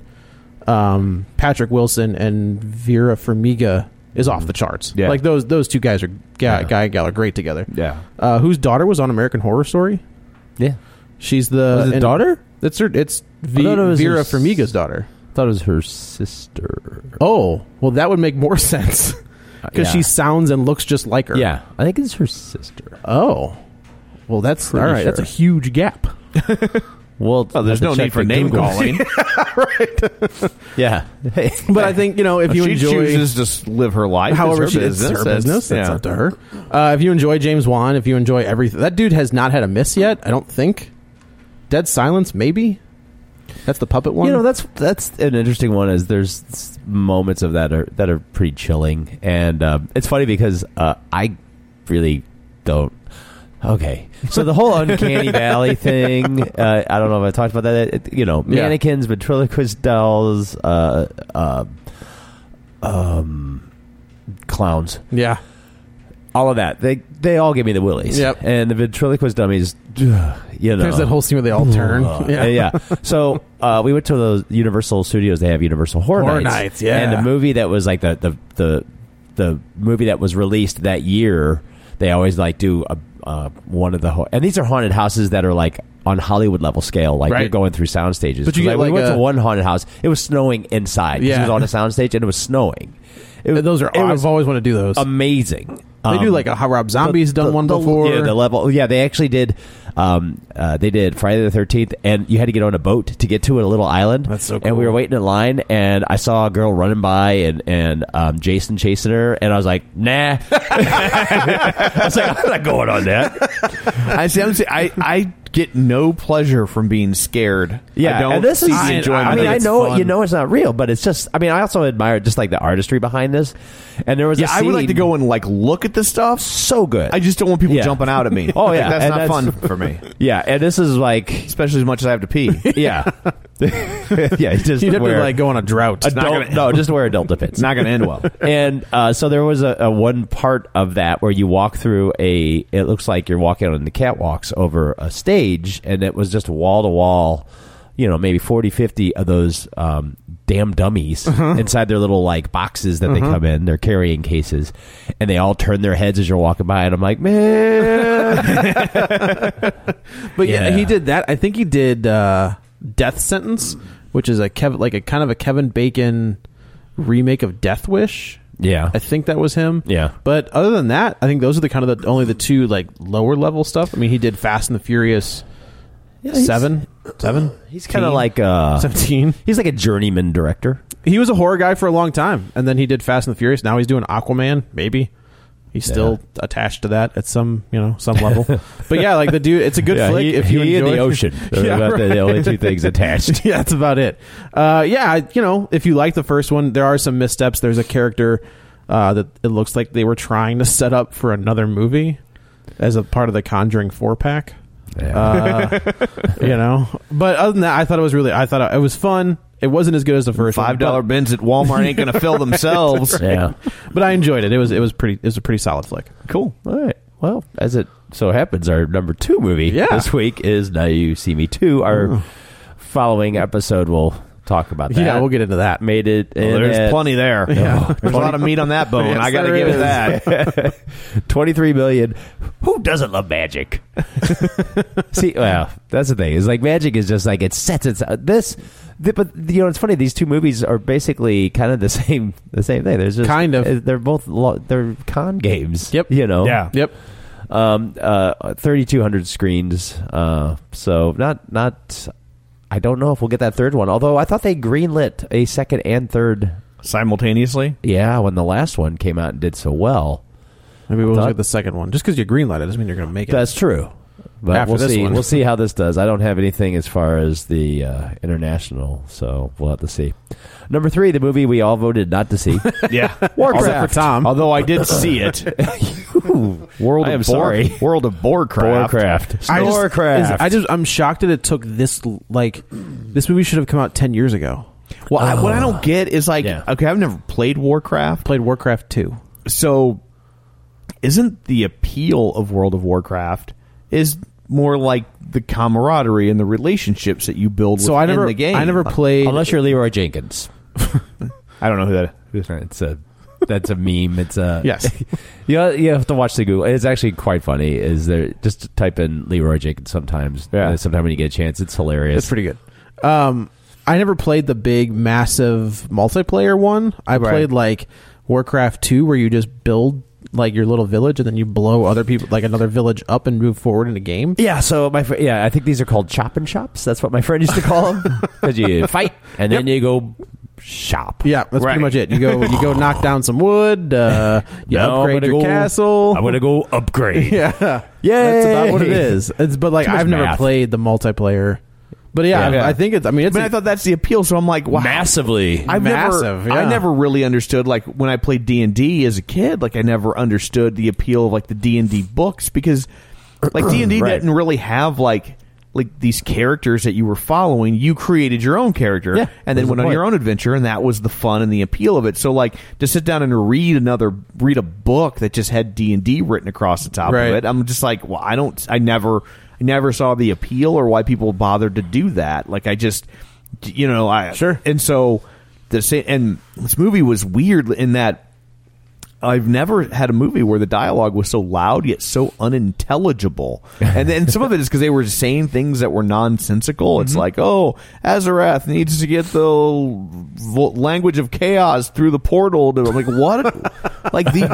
um, Patrick Wilson and Vera Farmiga is off
Mm-hmm.
the charts.
Yeah.
Like those those two guys are guy, guy and gal are great together.
Yeah.
Uh, whose daughter was on American Horror Story?
Yeah.
She's the
Was it
and-
daughter?
That's her. It's v-
thought it was
Vera
her s-
Farmiga's daughter.
Thought it was her sister.
Oh, well, that would make more <laughs> sense because
Uh, yeah.
she sounds and looks just like her.
Yeah, I think it's her sister.
Oh, well, that's
Pretty
all right. That's a
sure.
huge gap.
Well,
Oh, there's no need for name calling.
<laughs> yeah,
But I think you know if <laughs> you
she
enjoy
chooses to s- live her life.
however
it's
she
her
it's
business.
her business. That's
yeah.
up to her. Uh, if you enjoy James Wan, if you enjoy everything, that dude has not had a miss yet. I don't think. Dead Silence, maybe. That's the puppet one.
you know that's that's an interesting one. Is there's s- moments of that are that are pretty chilling, and um, it's funny because uh, I really don't. Okay, so the whole
<laughs>
uncanny valley thing. Uh, I don't know if I talked about that. It- you know,
Yeah.
mannequins, ventriloquist dolls, uh, uh, um, clowns.
yeah,
all of that. They they all give me the willies.
Yep.
And the ventriloquist dummies, <sighs> you know.
there's that whole scene where they all turn. <laughs>
Uh, yeah. So uh, we went to those Universal Studios. They have Universal Horror,
Horror Nights,
Nights.
yeah.
And the movie that was like the the the the movie that was released that year. They always like do a, uh, one of the ho- and these are haunted houses that are like on Hollywood level scale. Like
Right.
you're going through sound stages.
But you get
like, we
like
went
a-
to one haunted house. It was snowing inside. 'cause
Yeah.
It was on a sound stage and it was snowing. It, was-
Those are.
it
I've
was
always wanted to do those.
amazing.
they do
Um,
like a how Rob Zombie's
the-
done one
the-
before.
Yeah, the level. Yeah, they actually did. Um, uh, they did Friday the Thirteenth, and you had to get on a boat to get to a little island.
That's so
And we were
cool.
waiting in line, and I saw a girl running by, and and um, Jason chasing her, and I was like, nah. <laughs> I was like,
<laughs>
I'm not going on that.
I, see, I'm, see- I I get no pleasure from being scared.
Yeah,
I don't
and this
see
is.
the enjoyment.
I mean, I
It's
know
fun.
you know it's not real, but it's just. I mean, I also admire just like the artistry behind this, and there was.
Yeah,
a
I would like to
scene-
go and like look at the stuff.
So good.
I just don't want people
Yeah.
jumping out at me.
Oh,
Like,
yeah,
that's
and
not
that's-
fun for me.
yeah, and this is like.
Especially as much as I have to pee.
Yeah, <laughs> yeah.
<laughs>
Just
You'd have
wear-
to like go on a drought.
not
adult,
gonna-
no, just wear adult
It's
depends.
not going to end well.
<laughs> and uh, so there was a, a one part of that where you walk through a. It looks like you're walking on the catwalks over a stage, and it was just wall to wall. You know, maybe 40, 50 of those um, damn dummies
Uh-huh.
inside their little like boxes that they come in. They're carrying cases, and they all turn their heads as you're walking by. And I'm
<laughs>
like, man,
But yeah.
Yeah.
he did that. I think he did uh, Death Sentence, which is a Kevin, like a kind of a Kevin Bacon remake of Death Wish.
yeah,
I think that was him.
Yeah.
But other than that, I think those are the kind of the only the two like lower level stuff. I mean, he did Fast and the Furious
he's-
seven, seven.
He's kind of like uh,
seventeen.
he's like a journeyman director.
He was a horror guy for a long time, and then he did Fast and the Furious. Now he's doing Aquaman. Maybe he's still attached to that at some you know some
<laughs>
level. but yeah, like the dude, it's a good flick.
he,
if you
he and
enjoy
the <laughs> ocean.
<laughs>
They're
Yeah,
about the-
right.
the only two things <laughs> attached.
<laughs> yeah, that's about it. Uh, yeah, I- you know, if you like the first one, there are some missteps. There's a character uh, that it looks like they were trying to set up for another movie as a part of the Conjuring four pack. Uh,
<laughs>
you know, but other than that, I thought it was really. I thought it was fun. It wasn't as good as the first one,
Five dollar
but,
bins at Walmart ain't going to
<laughs>
fill themselves.
yeah.
but I enjoyed it. It was it was pretty. It was a pretty solid flick.
Cool. All right. Well, as it so happens, our number two movie
Yeah.
this week is Now You See Me Too. Our following episode, we'll talk about that.
Yeah, we'll get into that.
Made it.
Well,
in
there's
at
plenty there. Oh, There's a lot of meat on that bone.
<laughs> Yes,
I got to
there
give
is.
it that.
<laughs> 23 million. Who doesn't
<laughs>
love magic? See, well, that's the thing. Is like magic is just like it sets its uh, this. th- but you know, it's funny. These two movies are basically kind of the <laughs> same. The same thing. There's just
Kind of.
eh, They're both lo- they're con games.
Yep.
You know.
oh, Yeah.
<laughs> Yep.
Um. Uh. Thirty two hundred screens. Uh. So not not. I don't know if we'll get that third one. Although I thought they greenlit a second and third.
Simultaneously.
Yeah, when the last one came out and did so well.
Maybe we'll
Thought-
look at the second one. Just because you greenlight it doesn't mean you're going to make it.
That's true. But
After
we'll
this
see.
one.
We'll see how this does. I don't have anything as far as the uh, international, so we'll have to see. Number three,
<laughs>
the movie we all voted not to see. <laughs>
Yeah.
<laughs>
Warcraft.
Although I did see it.
World
I am
of Boar-
sorry. World of Boarcraft.
Warcraft.
I just,
Warcraft.
is- I just I'm shocked that it took this l- like this movie should have come out 10 years ago.
Well, I, what I don't get is like,
Yeah.
okay, I've never played Warcraft,
Played Warcraft 2.
so isn't the appeal of World of Warcraft is more like the camaraderie and the relationships that you build
So I
within
never
the game.
I never played
Unless you're Leroy Jenkins.
<laughs> I don't know who that is.
It's a that's a meme. It's a
<laughs> Yes.
<laughs> you, know, you have to watch the Google. It's actually quite funny. Is there just type in Leroy Jenkins sometimes?
Yeah.
Uh, sometime when you get a chance, it's hilarious.
That's pretty good. Um, I never played the big massive multiplayer one. I played like Warcraft Two, where you just build like your little village and then you blow other people like another village up and move forward in a game.
yeah. So my fr- yeah, I think these are called chopping shops. That's what my friend used to call them
<laughs>
because you fight and then you go shop.
Yeah, that's pretty much it. You go you <laughs> go knock down some wood. Uh, you
Now I'm
upgrade
gonna
your
go-
castle.
I'm gonna go
<laughs>
upgrade.
yeah, that's about what it is. It's but like
Too much
I've never
math.
played the multiplayer. But yeah,
Yeah.
I, I think it's. I mean, it's.
But I thought that's the appeal, so I'm like, wow.
Massively.
I've
Massive,
never,
yeah.
I never really understood like when I played D and D as a kid. Like I never understood the appeal of like the D and D books
<clears throat>
because like D and D
Right.
didn't really have like like these characters that you were following. You created your own character
Yeah,
and
that
then
was the
went on
point.
your own adventure, and that was the fun and the appeal of it. So like to sit down and read another read a book that just had D and D written across the top
Right.
of it, I'm just like, well, I don't, I never, I never saw the appeal or why people bothered to do that. Like I just, you know, I
Sure.
And so the same, and this movie was weird in that I've never had a movie where the dialogue was so loud yet so unintelligible. And then some of it is because they were saying things that were nonsensical.
Mm-hmm.
It's like, oh, Azarath needs to get the vo- language of chaos through the portal. To, I'm like, what? like, the,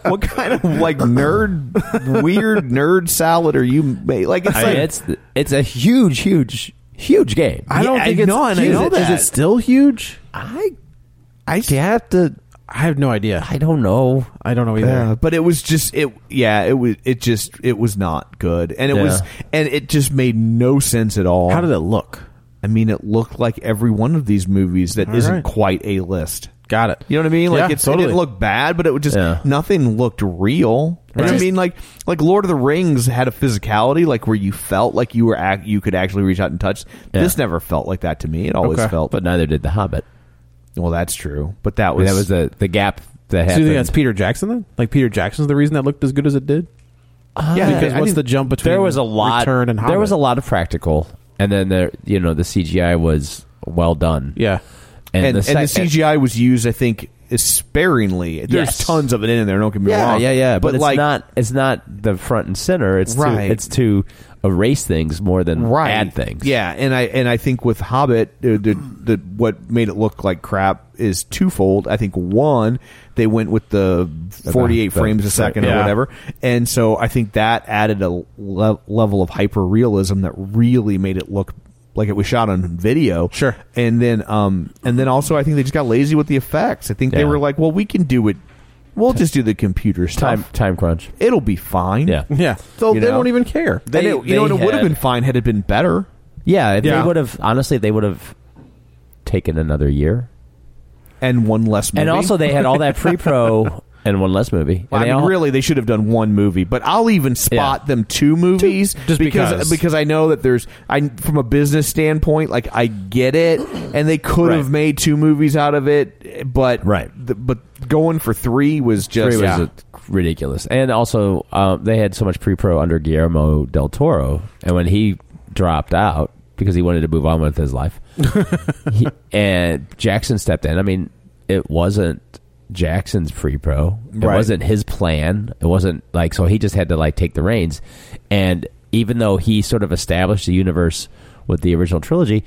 this- what kind of like nerd, weird nerd salad are you made? Like, it's
I
like,
mean, it's it's a huge, huge, huge game.
I don't
Yeah,
think
I
it's.
know, and I
huge.
know
Is it- is
that.
it still huge?
I I have to.
I have no idea.
I don't know.
I don't know either.
Yeah, but it was just it. Yeah, it was. It just it was not good, and it was,
Yeah.
and it just made no sense at all.
How did it look?
I mean, it looked like every one of these movies that not
right.
quite a list.
Got it.
You know what I mean? Like
Yeah,
it's, it didn't
totally.
look bad, but it would just
Yeah.
nothing looked real. And I
Right.
mean, like like Lord of the Rings had a physicality, like where you felt like you were ac- you could actually reach out and touch.
Yeah.
This never felt like that to me. It always
Okay.
felt,
But neither did the Hobbit.
well, that's true. But that
I mean,
was
that was the the gap that
So you
happened.
think that's Peter Jackson then? Like Peter Jackson's the reason that looked as good as it did?
yeah.
because
I
what's the
didn't-
jump between
there was a lot.
Return and
there was a
Hobbit?
lot of practical, and then there you know the CGI was well done.
Yeah.
and,
and,
the,
and the,
sec-
CGI was used, I think, is sparingly. There's
Yes.
tons of it in there. Don't get me
Yeah,
wrong.
yeah, yeah. But, it's
like,
not. It's not the front and center. It's
Right.
to, it's to erase things more than
right.
add things.
Yeah, and I and I think with Hobbit, uh, the, the what made it look like crap is twofold. I think one, they went with the 48
The- the-
frames a second or
yeah.
whatever, and so I think that added a le- level of hyper realism that really made it look like it was shot on video.
Sure.
and then um and then also I think they just got lazy with the effects. I think they
Yeah.
were like, well, we can do it. We'll just do the computer stuff.
Time time crunch.
It'll be fine. <laughs>
Yeah.
Yeah. So
You
they
know?
won't even care.
And it- you know, and it
they
would have
had-
been fine had it been better.
Yeah, if
Yeah.
they would have honestly, they would have taken another year.
and one less movie.
And also, they
<laughs>
had all that pre-pro and one less movie.
I
and they
mean,
all-
really, they should have done one movie, but I'll even spot
Yeah.
them two movies
just because.
I know that there's I from a business standpoint, like I get it, and they could
Right.
have made two movies out of it, but
Right.
the, but going for three was just
Three was uh, ridiculous. And also, um, they had so much pre-pro under Guillermo del Toro, and when he dropped out because he wanted to move on with his life, he- and Jackson stepped in. I mean, it wasn't Jackson's pre-pro. It
Right.
wasn't his plan. It wasn't like so he just had to like take the reins. And even though he sort of established the universe with the original trilogy,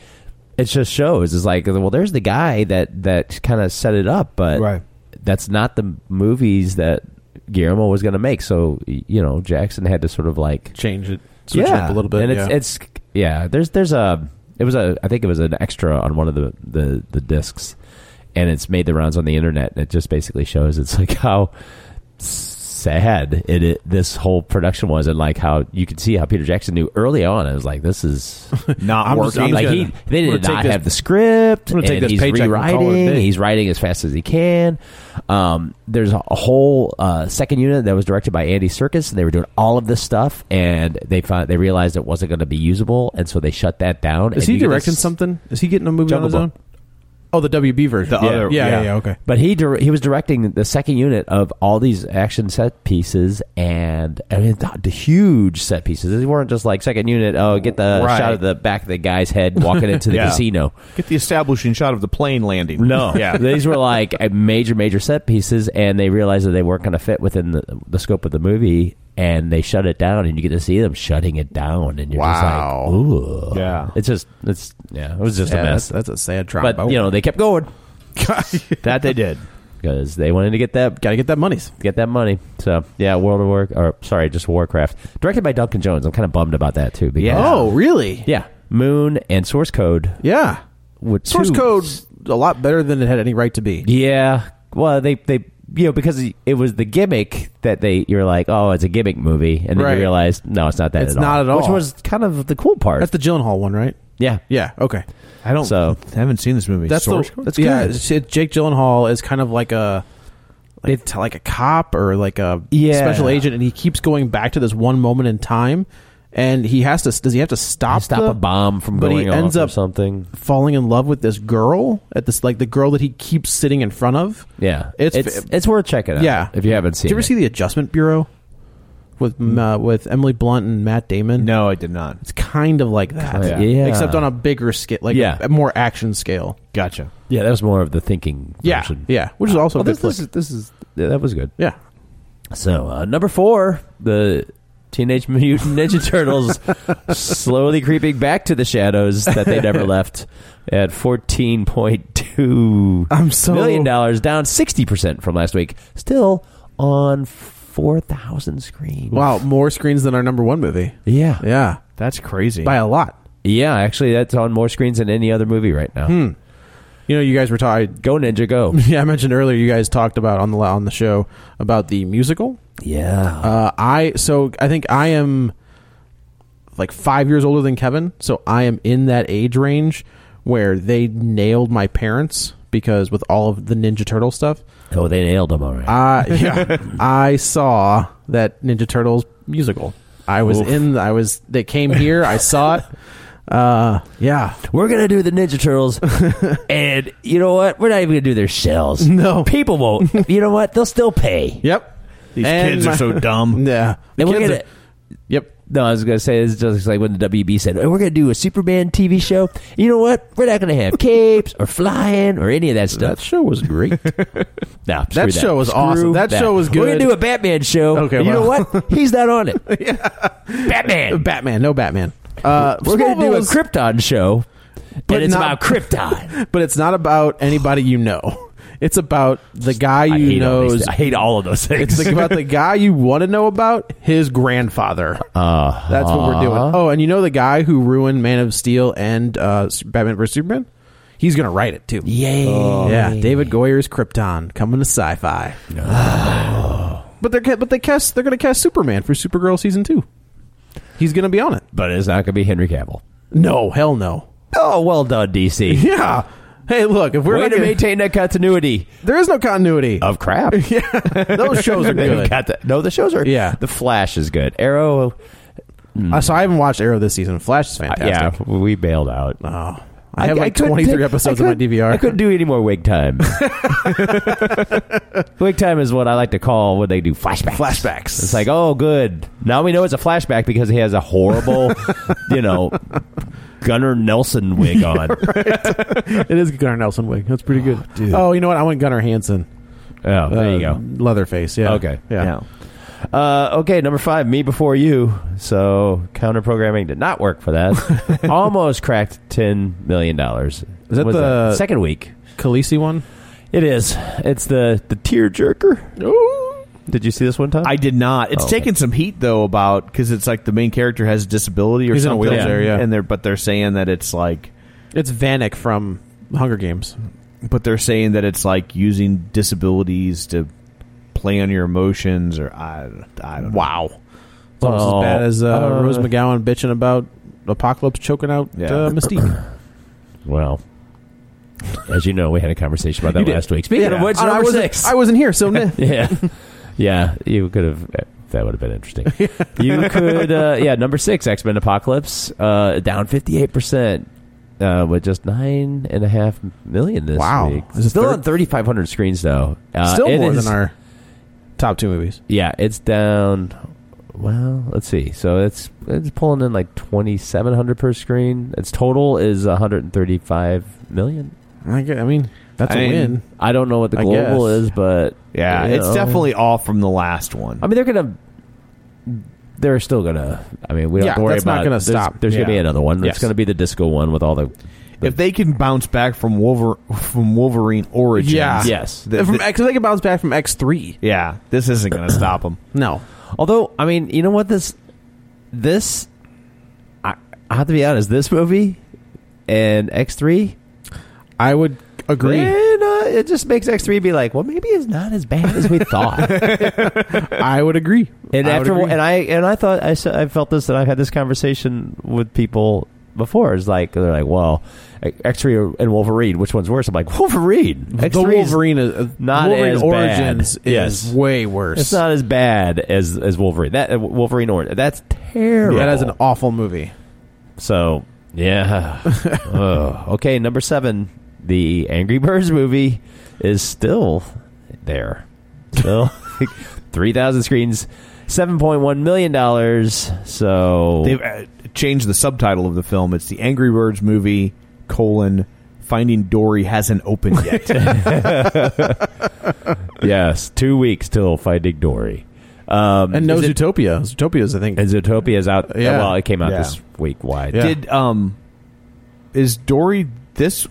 it just shows. It's like, well, there's the guy that that kind of set it up, but
Right.
that's not the movies that Guillermo was going to make. So y- you know, Jackson had to sort of like
Change it. Switch it up a little bit.
and it's
yeah.
it's yeah. There's there's a it was a I think it was an extra on one of the the the <laughs> discs, and it's made the rounds on the internet. And it just basically shows it's like how s- sad it, it this whole production was, and like how you could see how Peter Jackson knew early on. It was like
<laughs>
this is
Not
I'm just-
working.
I'm
like
gonna-
he they
I'm gonna
did
take
not
this-
have the script.
I'm gonna take
and
this
he's
paycheck and call it a
rewriting.
day.
He's writing as fast as he can. Um, there's a whole uh, second unit that was directed by Andy Circus, and they were doing all of this stuff, and they found they realized it wasn't going to be usable, and so they shut that down.
Is
and
he
you get a
directing something? Is he getting a movie
Jungle
on his
Book.
own? Oh, the WB version.
The
yeah.
other-
yeah,
yeah.
yeah, yeah, okay.
But he dir- he was directing the second unit of all these action set pieces and I mean the, the huge set pieces. They weren't just like second unit. Oh, get the
Right.
shot of the back of the guy's head walking
<laughs>
into the
Yeah.
casino.
Get the establishing shot of the plane landing.
No, <laughs>
Yeah.
these were like uh, major major set pieces, and they realized that they weren't going to fit within the, the scope of the movie. And they shut it down, and you get to see them shutting it down, and you're
Wow.
just like, ooh,
Yeah.
It's just, it's yeah, it was just
Yeah,
a
that's,
mess.
that's a sad drama.
but you <laughs> know, they kept going
that they
<laughs>
did.
because they wanted to get that
gotta get that monies.
get that money. So yeah, World of War or sorry, just Warcraft, directed by Duncan Jones. I'm kind of bummed about that too. Because,
Oh, really?
yeah, Moon and Source Code.
Yeah.
With
Source code a lot better than it had any right to be.
Yeah, well they they you know because it was the gimmick that they you're like oh it's a gimmick movie and then
Right.
you realize no it's not that
It's
at all.
not at
which
all.
was kind of the cool part.
That's the Gyllenhaal one, right?
yeah.
Yeah. Okay.
I don't.
So-
<laughs> I haven't seen this movie.
That's
Source
the
Code?
that's yeah. it's- it- Jake Gyllenhaal is kind of like a like, t- like a cop or like a
Yeah.
special agent, and he keeps going back to this one moment in time, and he has to. Does he have to stop?
Stop
the-
a bomb from
but
going
he ends
off
up
or something.
falling in love with this girl at this like the girl that he keeps sitting in front of.
Yeah,
It's-
it's it's, worth checking out.
Yeah.
if you haven't seen.
Did you ever
it. Hmm.
see the Adjustment Bureau with uh, with Emily Blunt and Matt Damon?
No, I did not.
it's kind of like that,
Kinda, yeah.
except on a bigger scale, like
Yeah.
a more action scale.
Gotcha.
Yeah, that was more of the thinking.
Yeah,
version.
yeah, which is also
Oh,
a good
this,
flick.
this is this is yeah, that was good.
yeah,
So uh, number four, the Teenage <laughs> Mutant Ninja Turtles slowly creeping back to the shadows that they
<laughs>
never left at fourteen point two
I'm so-
million dollars, down sixty percent from last week. Still on four thousand screens.
wow, more screens than our number one movie.
Yeah. yeah,
Yeah,
That's crazy.
by a lot.
Actually, that's on more screens than any other movie right now.
Hmm. You know, you guys were talking.
Go Ninja,
<laughs>
go!
Yeah, I mentioned earlier. You guys talked about on the on the show about the musical.
yeah,
Uh, I so I think I am like five years older than Kevin, so I am in that age range where they nailed my parents because with all of the Ninja Turtle stuff.
oh, they nailed them all
<laughs>
right.
I yeah, I saw that Ninja Turtles musical. I was in. I was. They came here. I
<laughs>
saw it. Uh, yeah.
We're gonna do the
<laughs>
Ninja Turtles, and you know what? We're not even gonna do their shells.
No.
people
<laughs>
won't. You know what? They'll still pay.
Yep.
These
And
kids
my-
are
<laughs>
so dumb.
Yeah. The
And we're
kids
gonna,
are- yep.
no, I was gonna say it's just like when the WB said "Hey, we're gonna do a Superman TV show. You know what? We're not gonna have capes or flying or any of that
That
stuff.
show
<laughs>
was great.
No, screw
that show was awesome. That show was
We're gonna
good.
do a Batman show.
Okay,
you know
well.
what? He's not
<laughs>
on it. Batman.
Batman. No Batman. Uh,
We're gonna do a
Smallville's-
Krypton show,
But
and it's
not-
about Krypton.
but it's not about anybody you know. <laughs> It's about the guy <laughs>
I
you
hate all these
know.
thi- I hate all of those
<laughs>
things.
It's like about the guy you want to know about, his grandfather.
Uh,
That's what we're doing. Oh, and you know the guy who ruined Man of Steel and uh, S- Batman vs Superman? He's gonna write it too.
Yay!
Yeah, David Goyer's Krypton coming to sci-fi. <sighs> but they're ca- but they cast they're gonna cast Superman for Supergirl season two. He's gonna be on it.
but it's not going to be Henry Cavill.
No, hell no. <laughs>
Oh, well done, DC.
Yeah. Hey, look, if we're
Way
not
to
gonna-
maintain that continuity
<laughs> there is no continuity. <laughs>
of crap. <laughs>
Those shows are
They've
good.
got the- no, the shows are.
Yeah.
the Flash is good. Arrow.
Uh, so I haven't watched Arrow this season. Flash is fantastic.
Uh, Yeah, we bailed out.
Oh, I have like
couldn't
23
take-
episodes
I
on my
couldn't-
DVR.
I couldn't do any more
<laughs>
wig time. wig time is what I like to call when they do flashbacks.
Flashbacks.
It's like, oh, good. Now we know it's a flashback because he has
<laughs>
a horrible, you know, Gunnar Nelson
<laughs>
wig on.
<laughs> it is Gunnar Nelson wig. That's pretty good. Oh, you know what? I want Gunnar Hansen.
Oh, there you
Uh,
go.
Leatherface. Yeah.
Okay.
Yeah.
Uh, okay, number five, me before you. So counter programming did not work
<laughs>
for that. Almost cracked ten million dollars. Is
that the-
second week?
Khaleesi one.
It is. It's the the tearjerker. Did you see this one, Tom?
I did not. It's
Oh, okay.
taken some heat though about because it's like the main character has a disability or
He's in a
something,
wheelchair, yeah.
and they're but they're saying that it's like,
It's Vanek from Hunger Games.
but they're saying that it's like using disabilities to play on your emotions or I, I don't know.
Wow. It's almost
Oh,
as bad as uh,
uh,
Rose McGowan bitching about Apocalypse choking out
Yeah.
uh,
<laughs>
Mystique.
Well, as you know, we had a conversation about
<laughs> You
that
did.
last week. Speaking
Yeah.
of which,
I- I
number
wasn't-
six.
I wasn't
<laughs>
here, so nah.
yeah, yeah, you could have. eh, That would have
<laughs>
been interesting. you could, uh, yeah, number six, X Men Apocalypse, uh, down fifty eight percent. Uh, with just nine and a half million this
Wow.
week,
Is it
still
thir-
on thirty five hundred screens though. Uh,
still
it
more
is-
than our top two movies.
Yeah, it's down. Well, let's see. So it's it's pulling in like twenty seven hundred per screen. Its total is one hundred and thirty five million.
I, gue- I mean, that's a
I mean,
win.
I don't know what the
I
global
guess.
is, but
Yeah,
you
it's
know.
definitely off from the last one.
I mean, they're gonna. They're still gonna. I mean, we don't
Yeah,
have to worry
that's not
about.
gonna
there's,
stop.
There's gonna be
Yeah.
another one.
Yes.
It's gonna be the disco one with all the.
if they can bounce back from Wolver from Wolverine origins,
Yeah.
Yes.
th-
from
th-
X, they can bounce back from X three.
yeah, this isn't going to stop them.
No,
Although, I mean, you know what this, this, I, I have to be honest. This movie, and X three.
I would agree.
Then, uh, it just makes X three be like, well, maybe it's not as bad as
<laughs>
we thought.
I would agree.
and
I would
after,
agree.
and I and I thought I, s- I felt this, and I've had this conversation with people before. It's like they're like, well, X three and Wolverine, which one's worse? I'm like Wolverine. X3
the
's-
Wolverine is uh,
not
Wolverine
as bad.
Origins is
Yes.
way worse.
It's not as bad as as Wolverine. That uh, Wolverine or that's terrible.
that is an awful movie.
So
<laughs>
yeah. Ugh. okay, number seven, the Angry Birds movie is still there. Still <laughs> three thousand screens, seven point one million dollars. So
<coughs> They've uh, changed the subtitle of the film. It's the Angry Birds movie colon Finding Dory hasn't opened <laughs> yet.
yes, two weeks till Finding Dory. Um,
And no
is it-
Zootopia. Zootopia is, I think.
and Zootopia is out.
Yeah.
Well, it came out
Yeah.
this week. Wide.
Yeah.
Did um, is Dory this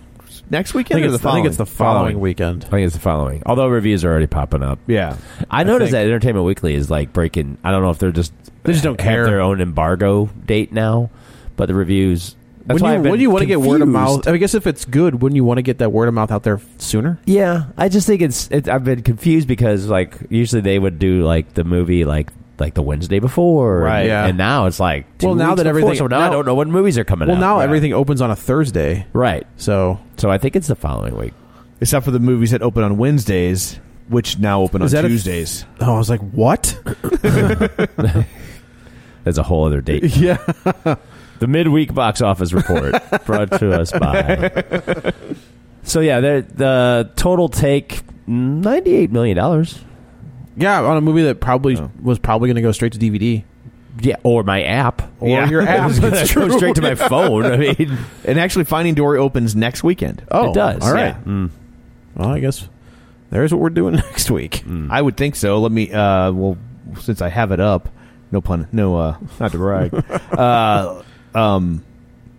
next
I
weekend
think,
or
it's,
the
I
following?
think it's the following, weekend.
I think it's the following. Although reviews are already popping up.
Yeah,
I noticed
think-
that Entertainment Weekly is like breaking. I don't know if they're just
They just don't
have
care.
their own embargo date now, but the reviews. That's
When
why
you,
I've been
when you want to get word of
confused.
mouth, I guess if it's good, wouldn't you want to get that word of mouth out there sooner?
Yeah, I just think it's. It, I've been confused because like usually they would do like the movie like like the Wednesday before,
Right, yeah.
And now it's like two
Well, now
weeks
that
before,
everything-
So now, I
now-
don't know when movies are coming
Well,
out.
now
Right.
everything opens on a Thursday,
Right.
so
So I think it's the following week.
except for the movies that open on Wednesdays, which now open
Is
on
that a-
Tuesdays.
oh, I was like, what?
That's a whole other date.
<laughs> yeah,
<laughs> The midweek box
<laughs>
office report brought to us by. So yeah, the, the total take ninety eight million dollars.
yeah, on a movie that probably was probably going to go straight to DVD.
Yeah, or my app, or
Yeah.
your <laughs> app.
That's
It's gonna go straight to my phone. I mean,
<laughs>
and actually, Finding Dory opens next weekend.
Oh.
it does.
all right.
Yeah. Mm.
Well, I guess there's what we're doing <laughs> next week.
Mm. I would think so. Let me. Uh, well, since I have it up, no pun. No, uh, not to
<laughs>
brag. uh, um,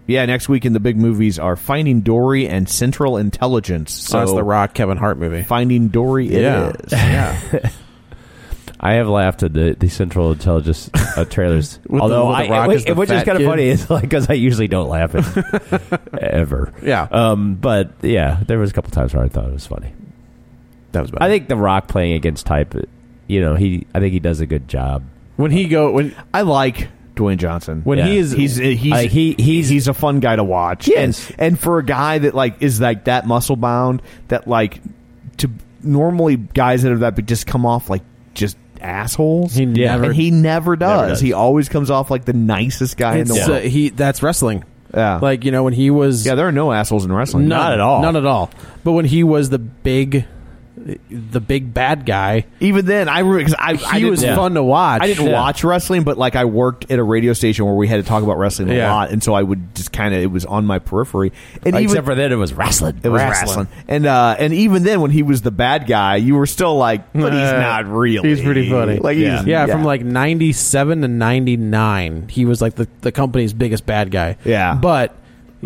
yeah, next week in the big movies are Finding Dory and Central Intelligence.
So
So
Oh, that's the Rock Kevin Hart movie.
Finding Dory. it is.
Yeah.
yeah.
I have laughed at the, the Central Intelligence uh, trailers.
<laughs> With the-
Although,
with the
I,
Rock
wait,
as the
which is
fat
kind of
kid.
funny, is like because I usually don't laugh at
<laughs>
ever.
Yeah.
Uh,
Um. But yeah, there was a couple times where I thought it was funny.
That was bad.
I think The Rock playing against type, you know, he I think he does a good job.
<laughs> when he go when
I like Dwayne Johnson.
When
he
is-
he's he's
Uh, he- he's-
he's a fun guy to watch.
Yes.
And, and for a guy that like is like that muscle bound that like to normally guys that are that big just come off like just assholes.
He Yeah. never-
and he never does.
does.
He always comes off like the nicest guy in the
it's, uh,
world.
he that's wrestling.
Yeah.
Like you know when he was
yeah, there are no assholes in wrestling.
none,
Not at all.
all.
None at all. But when he was the big the big bad guy,
Even then, I re- 'cause I, I
he
didn't-
was
yeah.
fun to watch.
I didn't
Yeah.
watch wrestling, but like I worked at a radio station where we had to talk about wrestling a
Yeah.
lot, and so I would just kind of it was on my periphery. And even,
Except for that, it was wrestling.
It was
Wrestling.
wrestling, and uh, and even then, when he was the bad guy, you were still like, but he's
Uh,
not really.
He's pretty funny.
Like
yeah.
he's,
yeah, from like ninety seven to ninety nine, he was like the, the company's biggest bad guy.
Yeah.
But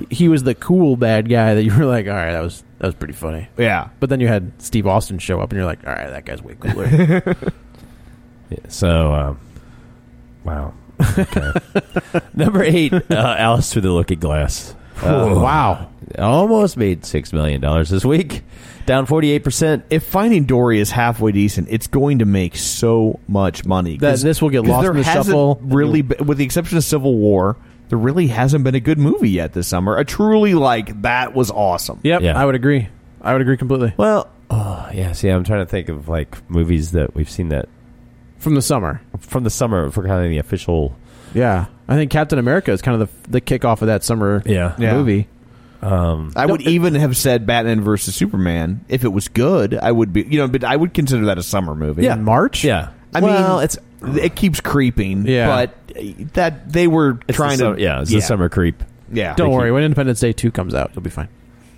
he was the cool bad guy that you were like, all right, that was that was pretty funny.
yeah,
But then you had Steve Austin show up, and you're like, all right, that guy's way cooler.
So, um,
<laughs>
wow. Okay. Number eight, uh, Alice Through the Looking Glass.
wow.
Almost made six million dollars this week, down forty eight percent.
If Finding Dory is halfway decent, it's going to make so much money. 'Cause-
That- this will get
'cause
lost
there
in the
hasn't
shuffle.
Really, be- with the exception of Civil War, there really hasn't been a good movie yet this summer. A truly like that was awesome.
<laughs> Yep,
Yeah.
I would agree. I would agree completely.
Well, oh, yeah. See, I'm trying to think of like movies that we've seen that
From the summer.
from the summer for kind of the official.
Yeah. I think Captain America is kind of the, the kickoff of that summer
Yeah.
Yeah.
movie.
I would even have said Batman versus Superman if it was good. I would be, you know, but I would consider that a summer movie.
In March?
Yeah.
I
well,
mean,
it's
it keeps creeping.
Yeah.
but that they were
it's
trying
the
to.
sum- yeah, it's the summer creep.
Yeah,
Don't worry. When Independence Day 2 comes out, you'll be fine.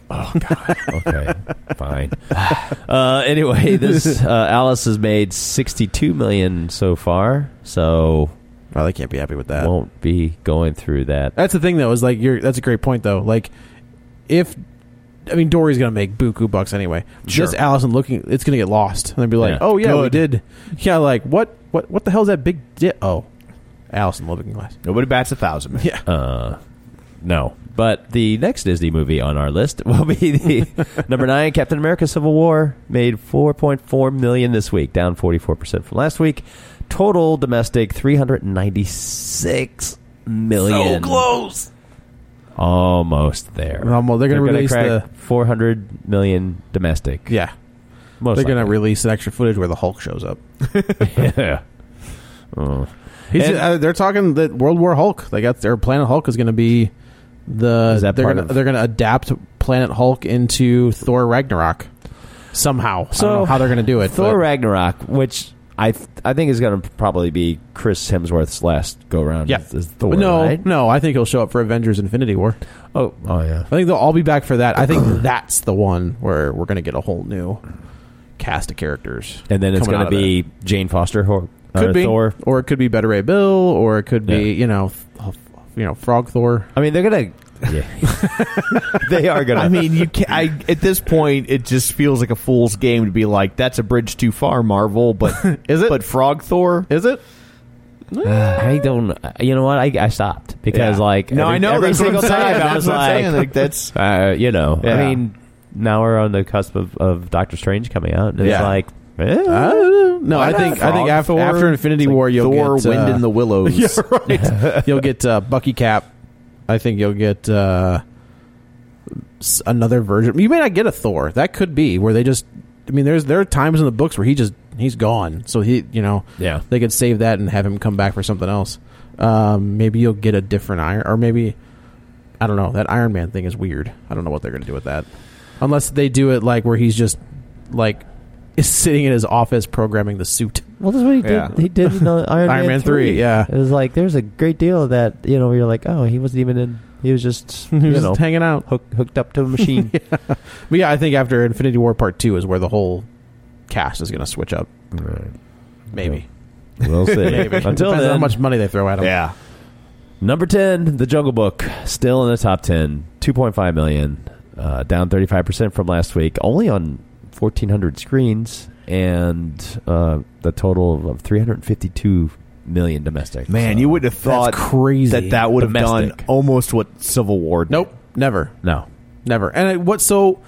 okay, fine. <laughs> Uh, anyway, this uh, Alice has made sixty-two million so far, so
Oh, they can't be happy with that.
won't be going through that.
That's the thing, though. Is like you're. That's a great point, though. Like, if I mean Dory's gonna make buku bucks anyway.
Sure.
Just Allison looking, it's gonna get lost, and they'll be like,
Yeah.
"Oh yeah, we
Good.
did." Yeah, like what? What? What the hell's that big di Oh, Allison looking glass.
Nobody bats a thousand. man.
Yeah.
No, but the next Disney movie on our list <laughs> will be the number nine, Captain America: Civil War, made four point four million this week, down forty-four percent from last week. Total domestic three hundred ninety-six million. So close. Almost there.
Um, well, they're gonna release
crack 400 million domestic.
yeah.
Most
They're gonna
likely.
release an extra footage where the Hulk shows up.
yeah.
He's,
And-
uh, they're talking that World War Hulk. They got their Planet Hulk is gonna be the.
Is that
they're
part
gonna,
of-
they're gonna adapt Planet Hulk into Thor Ragnarok. Somehow, I don't know how they're going to do it.
<laughs> Thor
but-
Ragnarok, which I th- I think is going to probably be Chris Hemsworth's last go round.
Yeah.
as, as Thor.
no,
right?
no, I think he'll show up for Avengers Infinity War.
Oh, oh yeah.
I think they'll all be back for that. I think <clears throat> that's the one where we're going to get a whole new cast of characters.
And then it's
coming
going
out
to
of
be Jane Foster or,
that. could
or
be
Thor.
or it could be Better Ray Bill or it could be,
Yeah.
you know, th- you know, Frog Thor.
I mean, they're going to. <laughs> they are going to.
I mean, you can I at this point it just feels like a fool's game to be like that's a bridge too far, Marvel,
<laughs>
but
Is it?
But Frog Thor?
Is it?
<laughs> I don't. uh, You know what? I, I stopped because
Yeah.
like
No,
every-
I know,
every
that's what
single
I'm saying,
time I
that's
was
what I'm
like,
saying, like,
<laughs>
that's-
uh, you know.
Yeah.
I mean, now we're on the cusp of, of Doctor Strange coming out, and it's
Yeah.
like, eh,
No, I think I think
Frog
after,
Thor?
after Infinity
It's like
War you'll
Thor,
get
Wind
uh,
in the Willows.
<laughs> Yeah,
<laughs>
right. you'll get uh, Bucky Cap. I think you'll get uh, s- another version. You may not get a Thor. That could be where they just. I mean, there's there are times in the books where he just he's gone. So he, you know,
Yeah.
they could save that and have him come back for something else. Um, maybe you'll get a different Iron, or maybe I don't know. That Iron Man thing is weird. I don't know what they're gonna do with that, unless they do it like where he's just like is sitting in his office programming the suit.
Well, that's what he did.
Yeah.
He did
<laughs>
in the Iron,
Iron Man 3, yeah.
It was like there's a great deal of that. You know, where you're like, oh, he wasn't even in. He was just you
<laughs> He was
know
just hanging out.
hook, hooked up to
<laughs>
a machine.
But yeah, I think after Infinity War Part Two is where the whole cast is going to switch up. Maybe.
We'll
<laughs>
see.
Maybe.
Until
Depends on how
then,
much money they throw at them.
Yeah.
number ten, The Jungle Book, still in the top ten, two point five million, uh, down thirty five percent from last week, only on fourteen hundred screens, and uh, the total of three hundred fifty two million domestic.
Man,
So-
you would have thought
crazy.
that that would have done
Domestic.
almost what Civil War did.
Nope. Never. <laughs>
no.
Never. And I, what? So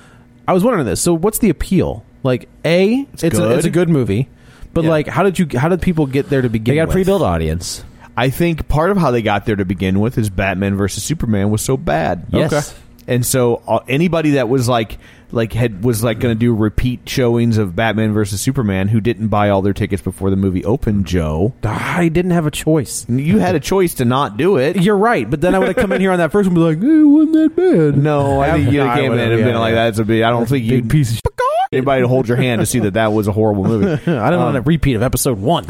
I was wondering this. So what's the appeal? Like, a it's, a
good.
it's a good movie, but
Yeah.
like, how did you? How did people get there to begin?
They got a
with?
pre built audience.
I think part of how they got there to begin with is Batman versus Superman was so bad.
Yes. Okay.
And so uh, anybody that was like like had was like going to do repeat showings of Batman versus Superman who didn't buy all their tickets before the movie opened, Joe,
I didn't have a choice.
you had a choice to not do it.
You're right, but then I would have come in here
<laughs>
on that first one and be like, eh, it wasn't that bad.
no, I think you
No, I
came in
would've,
and been
yeah,
like
yeah.
that's a big I don't think you
Big <laughs> piece of shit.
<laughs> anybody to hold your hand to see that that was a horrible movie.
<laughs> I don't want a repeat of episode <laughs> one.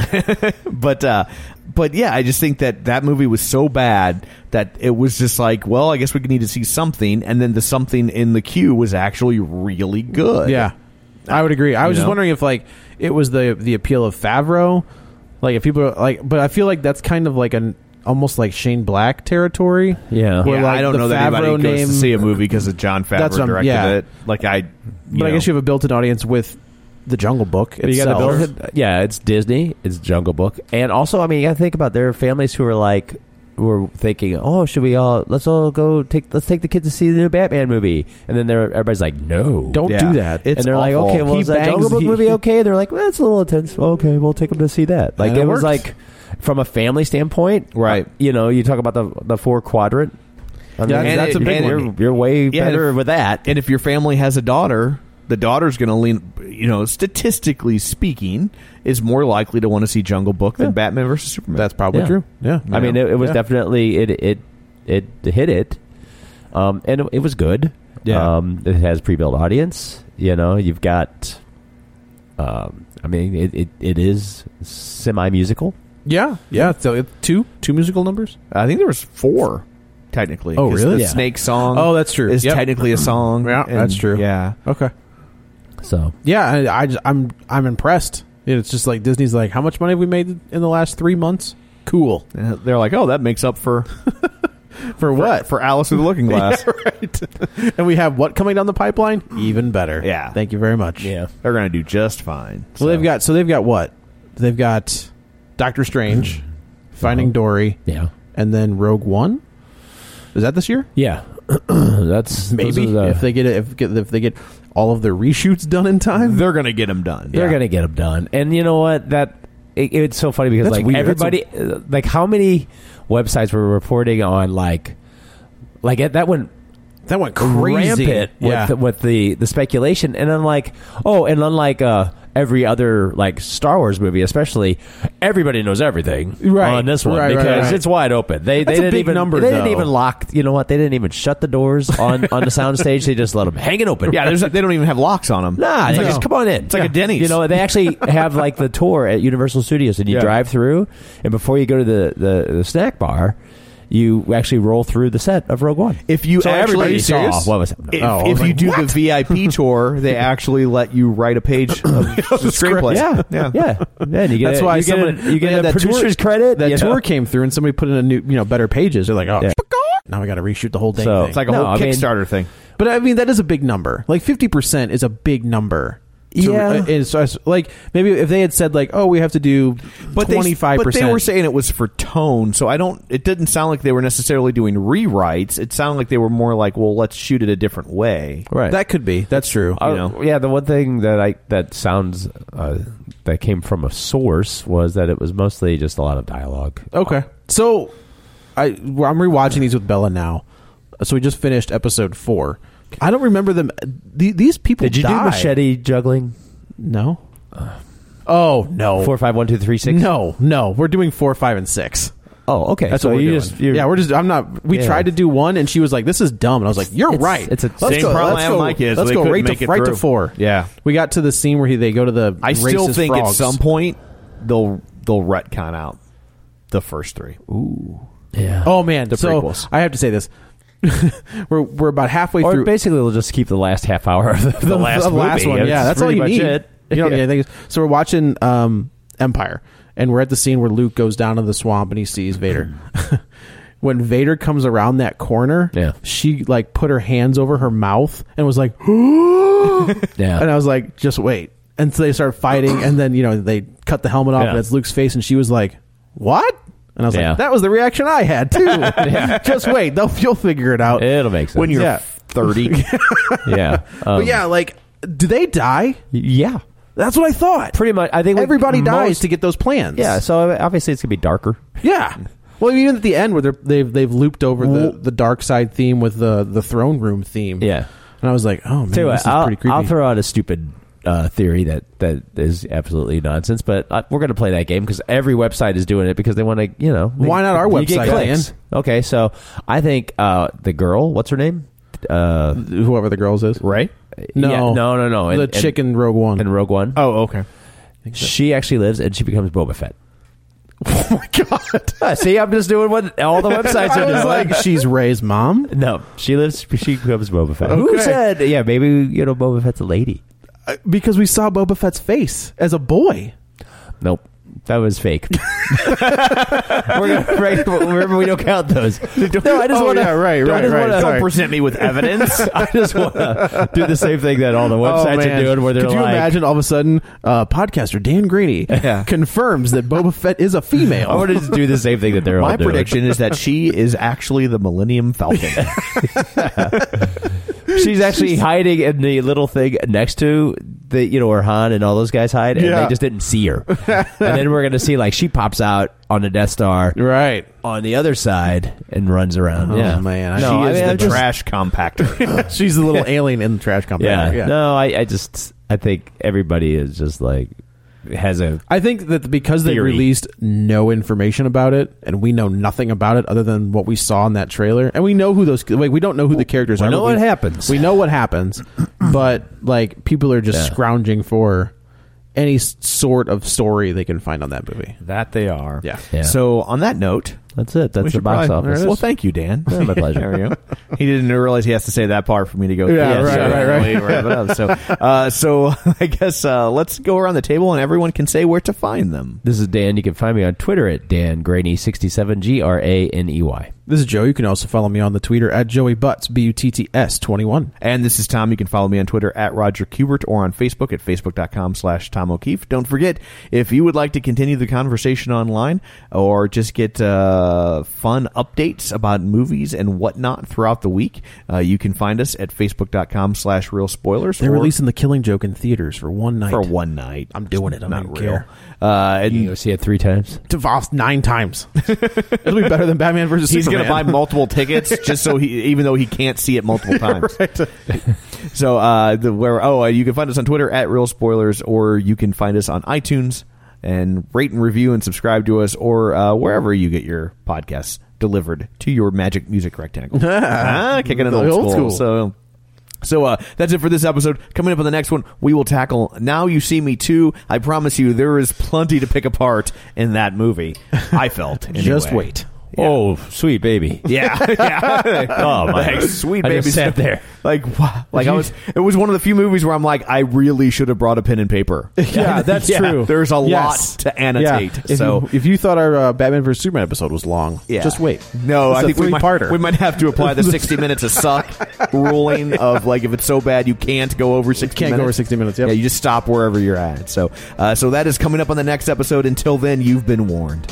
but uh but yeah i just think that that movie was so bad that it was just like well i guess we need to see something and then the something in the queue was actually really good
Yeah, I would agree. I was
You
just
know?
wondering if like it was the the appeal of Favreau, like if people are, like, but I feel like that's kind of like an almost like Shane Black territory.
Yeah.
Yeah,
Where, like,
I don't
the
know that
Favreau
anybody goes
name-
to see a movie because of John Favreau
That's what I'm-
directed
yeah.
it. Like I, you
But I guess you have a built-in audience with the Jungle Book
But you got
itself.
to build it. Yeah, it's Disney. It's Jungle Book, and also, I mean, you got to think about there are families who are like, were thinking, "Oh, should we all let's all go take let's take the kids to see the new Batman movie?" And then they're, everybody's like, "No,
Don't
Yeah.
do that.
It's
and they're like,
awful.
"Okay, well,
He
is that
bangs-
Jungle Book
he-
movie okay?" They're like, "Well, it's a little intense." Okay, we'll take them to see that. Like
And it
it,
works.
was like from a family standpoint,
Right.
uh, You know, you talk about the the four quadrant. I mean,
Yeah, and
that's
it-
a big
and it-
one. You're, you're way
Yeah,
better
if-
with that.
And if your family has a daughter, the daughter's going to lean, you know, statistically speaking, is more likely to want to see Jungle Book than Batman versus Superman.
That's probably
Yeah.
true. Yeah.
I mean, it, it was definitely it it it hit it, um, and it, it was good.
Yeah.
um, it has pre-built audience. You know, you've got. Um, I mean, it, it, it is semi musical.
yeah. Yeah. So it, two two musical numbers.
I think there was four, technically.
Oh,
'cause
really?
The
Yeah.
Snake song.
Oh, that's true.
Is
Yep.
technically
Mm-hmm.
a song.
Yeah,
and-
that's true.
Yeah,
Okay.
So
Yeah, I, I just, I'm I'm impressed. It's just like Disney's like, how much money have we made in the last three months? Cool.
Uh, they're like, oh, that makes up for
For
for,
what?
for Alice in the
<laughs>
Looking Glass.
and we have what coming down the pipeline? Even better.
Yeah.
Thank you very much.
They're gonna do just fine.
So they've got so they've got what? They've got Doctor <clears throat> Strange, Finding Dory,
yeah,
and then Rogue One. Is that this year?
yeah. <clears throat> That's
Maybe if they get it, if get- if they get all of their reshoots done in time.
They're gonna get them done.
They're gonna get them done. And you know what? That it, it's so funny because
That's
like
weird.
everybody, uh, like how many websites were reporting on like, like it, that went
That went
rampant with
Yeah.
the, with the the speculation. And I'm like, oh, and unlike uh, every other like Star Wars movie, especially everybody knows everything
Right.
on this one
Right, right,
because
right.
it's wide open. They
That's
they
a
didn't
big
even
number,
they didn't
though.
even lock. You know what? They didn't even shut the doors on on the soundstage. They just let them hanging open.
Yeah, there's, they don't even have locks on them.
<laughs> Nah,
it's
they
like
just
a-
come on in.
It's like a Denny's.
You know, they actually have like the tour at Universal Studios, and you
Yeah.
drive through, and before you go to the, the, the snack bar, you actually roll through the set of Rogue One.
If you
So
actually
everybody saw
serious?
what was
If,
Oh,
if
I was
you
like,
do
"What?"
the
<laughs>
VIP tour, they actually let you write a page of the screenplay.
<laughs>
yeah, yeah, Oh, yeah, And you get
That's
a-
why
you get,
someone-
a, you
they
get
had
a
that
producer's
tour-
credit.
That
you
tour
know?
came through and somebody put in a new, you know, better pages. They're like, oh,
Yeah.
now we got to reshoot the whole dang
So-
thing.
It's like a
No,
whole
I mean-
Kickstarter thing.
but I mean, that is a big number. Like fifty percent is a big number.
Yeah.
uh, and so I s- like maybe if they had said like, oh, we have to do
But
twenty five
They, but they were
percent.
saying it was for tone, so I don't. It didn't sound like they were necessarily doing rewrites. It sounded like they were more like, well, let's shoot it a different way.
Right.
That could be. That's true.
Uh,
you know.
Yeah, the one thing that I that sounds uh, that came from a source was that it was mostly just a lot of dialogue.
Okay. So I well, I'm rewatching these with Bella now. So we just finished episode 4. I don't remember them the, these people
Did you do
die.
machete juggling?
No. Oh, no.
Four, five, one, two, three, six.
no, no. We're doing 4, 5 and 6.
Oh, okay.
That's
so
what we're
you
doing.
Just, you're-
yeah, we're just. I'm not. We
Yeah.
tried to do one, and she was like, "This is dumb," and I was like, "You're
It's-
right."
it's a-
let's
Same
go,
problem I
let's
had
go,
with Mike is
let's
they
go
couldn't
right
make
to
it
right to
through.
four.
Yeah.
we got to the scene where he, they go to the.
I still
racist
think
frogs.
at some point they'll they'll retcon out the first three.
yeah.
Oh man,
The
so
prequels.
I have to say this. <laughs> we're we're about halfway
or
through
basically, we'll just keep the last half hour of the, the last
the last
movie.
one. Yeah, that's all
pretty
you
much
need.
It.
You don't need
Yeah.
anything. So we're watching um, Empire, and we're at the scene where Luke goes down to the swamp and he sees Vader. <laughs> when Vader comes around that corner,
<laughs> Yeah.
she like put her hands over her mouth and was like,
Yeah.
and I was like, just wait. And so they start fighting, and then you know they cut the helmet off,
Yeah.
and it's Luke's face, and she was like, "What?" And I was
Yeah.
like, "That was the reaction I had
<laughs>
too." Just wait, they'll you'll figure it out.
It'll make sense.
When you're
Yeah.
thirty,
<laughs> yeah.
<laughs>
Um,
but yeah, like, do they die?
yeah.
That's what I thought.
Pretty much. I think we-
Everybody
most-
dies to get those plans.
Yeah. So uh, obviously, it's gonna be darker.
yeah. Well, even at the end where they're, they've they've looped over the, the dark side theme with the the throne room theme.
<laughs> Yeah.
and I was like, oh man,
Tell you
this
what,
is
I'll,
pretty creepy.
I'll throw out a stupid uh, theory that that is absolutely nonsense, but uh we're gonna play that game because every website is doing it because they want to. You know. they-
Why not our
you get
website,
clicks. Okay. So I think uh, the girl. What's her name? Uh,
Whoever the girls is,
Ray.
No,
no, no, no. And-
the
and-
chicken Rogue One.
and Rogue One.
oh okay,
She actually lives and she becomes Boba Fett.
<laughs> oh my god!
Uh, see, I'm just doing what
<laughs>
all the websites
I
are
was
doing.
like, she's Ray's mom.
no, she lives. She becomes Boba Fett. Who
Okay.
said? Yeah, maybe you know Boba Fett's a lady.
Because we saw Boba Fett's face as a boy.
Nope. That was <laughs> fake. We're gonna, right, remember, we don't
<laughs>
count those. No, I just
Oh,
want to.
yeah, right, right, right. Don't present
me with evidence. <laughs> I just want to do the same thing that
Oh,
all the websites are doing, where they're
Oh, Could you
like,
imagine all of a sudden uh, podcaster Dan Grady
<laughs> Yeah. Oh,
confirms that Boba Fett is a
<laughs>
female?
I want to just do the same thing that they're all
My
doing.
prediction is that she is actually the Millennium Falcon.
<laughs> She's actually hiding in the little thing next to the you know where Han and all those guys hide, and
Yeah.
they just didn't see
<laughs>
her. and then we're gonna see like she pops out on the Death Star
right.
on the other side and runs around.
Oh,
yeah,
man.
no,
She
I
is
mean,
the
I'm just-
Trash compactor.
<laughs> She's the little alien in the trash company.
Yeah. no, I, I just I think everybody is just like has a
I think that because they
Theory.
released no information about it, and we know nothing about it other than what we saw in that trailer, and we know who those like we don't know who the characters
We
are.
know
but
what happens.
We know what
<clears throat>
happens, but like people are just
Yeah.
scrounging for any s- sort of story they can find on that movie.
that they are.
Yeah.
Yeah.
So on that note,
that's it.
we
That's the
should
box
probably-
office.
Well, thank you, Dan.
Yeah, my pleasure.
There we go. He didn't realize he has to say that part for me to go.
Yeah,
through,
right,
so
right,
we
right.
wrap it up. So, uh, so <laughs> I guess uh, let's go around the table and everyone can say where to find them.
This is Dan. You can find me on Twitter at Dan Graney67 G R A N E Y.
This is Joe. You can also follow me on the Twitter at Joey Butts B U T T S twenty one.
And this is Tom. You can follow me on Twitter at Roger Kubert or on Facebook at facebook.com slash Tom O'Keefe. Don't forget, if you would like to continue the conversation online or just get uh, fun updates about movies and whatnot throughout the week, uh, you can find us at facebook.com slash real spoilers.
They're
or-
releasing the Killing Joke in theaters for one night.
for one night.
I'm doing it. I
not
don't
real.
care.
Uh, and
You can go see it three times.
Devossed nine times. <laughs> It'll be better than Batman versus
he's
Superman.
going to buy
<laughs>
multiple tickets just so he, even though he can't see it multiple times. <laughs> So uh, the where oh uh, you can find us on Twitter at Real Spoilers, or you can find us on iTunes and rate and review and subscribe to us, or uh, wherever you get your podcasts delivered to your magic music rectangle. ah, kicking it
The
old,
old
school.
school.
So. So uh, that's it for this episode. Coming up on the next one, we will tackle Now You See Me Too. I promise you, there is plenty to pick apart in that movie. I felt.
Just
anyway.
wait.
Oh, sweet baby.
Yeah, yeah.
<laughs>
Oh,
<laughs>
my.
Like, sweet
I
baby
just sat
stuff.
there.
Like, wow. like I was. It was one of the few movies where I'm like, I really should have brought a pen and paper.
<laughs>
<laughs>
Yeah, that's true.
There's a
Yes.
lot to annotate.
Yeah. If
So.
you, if you thought our uh, Batman vs Superman episode was long,
yeah.
just wait.
No,
It's
I
a
think we might,
three-parter.
we might have to apply the 60 minutes of
<laughs>
suck ruling of like if it's so bad you can't go over 60
Can't go
minutes.
over 60 minutes, yep.
Yeah, you just stop wherever you're at. So uh, so that is coming up on the next episode. Until then, you've been warned.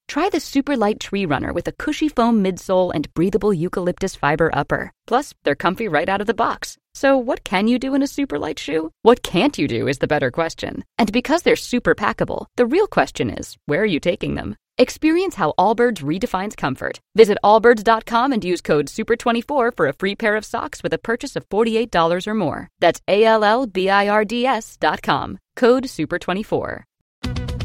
Try the Super Light Tree Runner with a cushy foam midsole and breathable eucalyptus fiber upper. Plus, they're comfy right out of the box. So, what can you do in a super light shoe? What can't you do is the better question. And because they're super packable, the real question is where are you taking them? Experience how Allbirds redefines comfort. Visit allbirds.com and use code SUPER24 for a free pair of socks with a purchase of $48 or more. That's A L L B I R D S.com. Code SUPER24.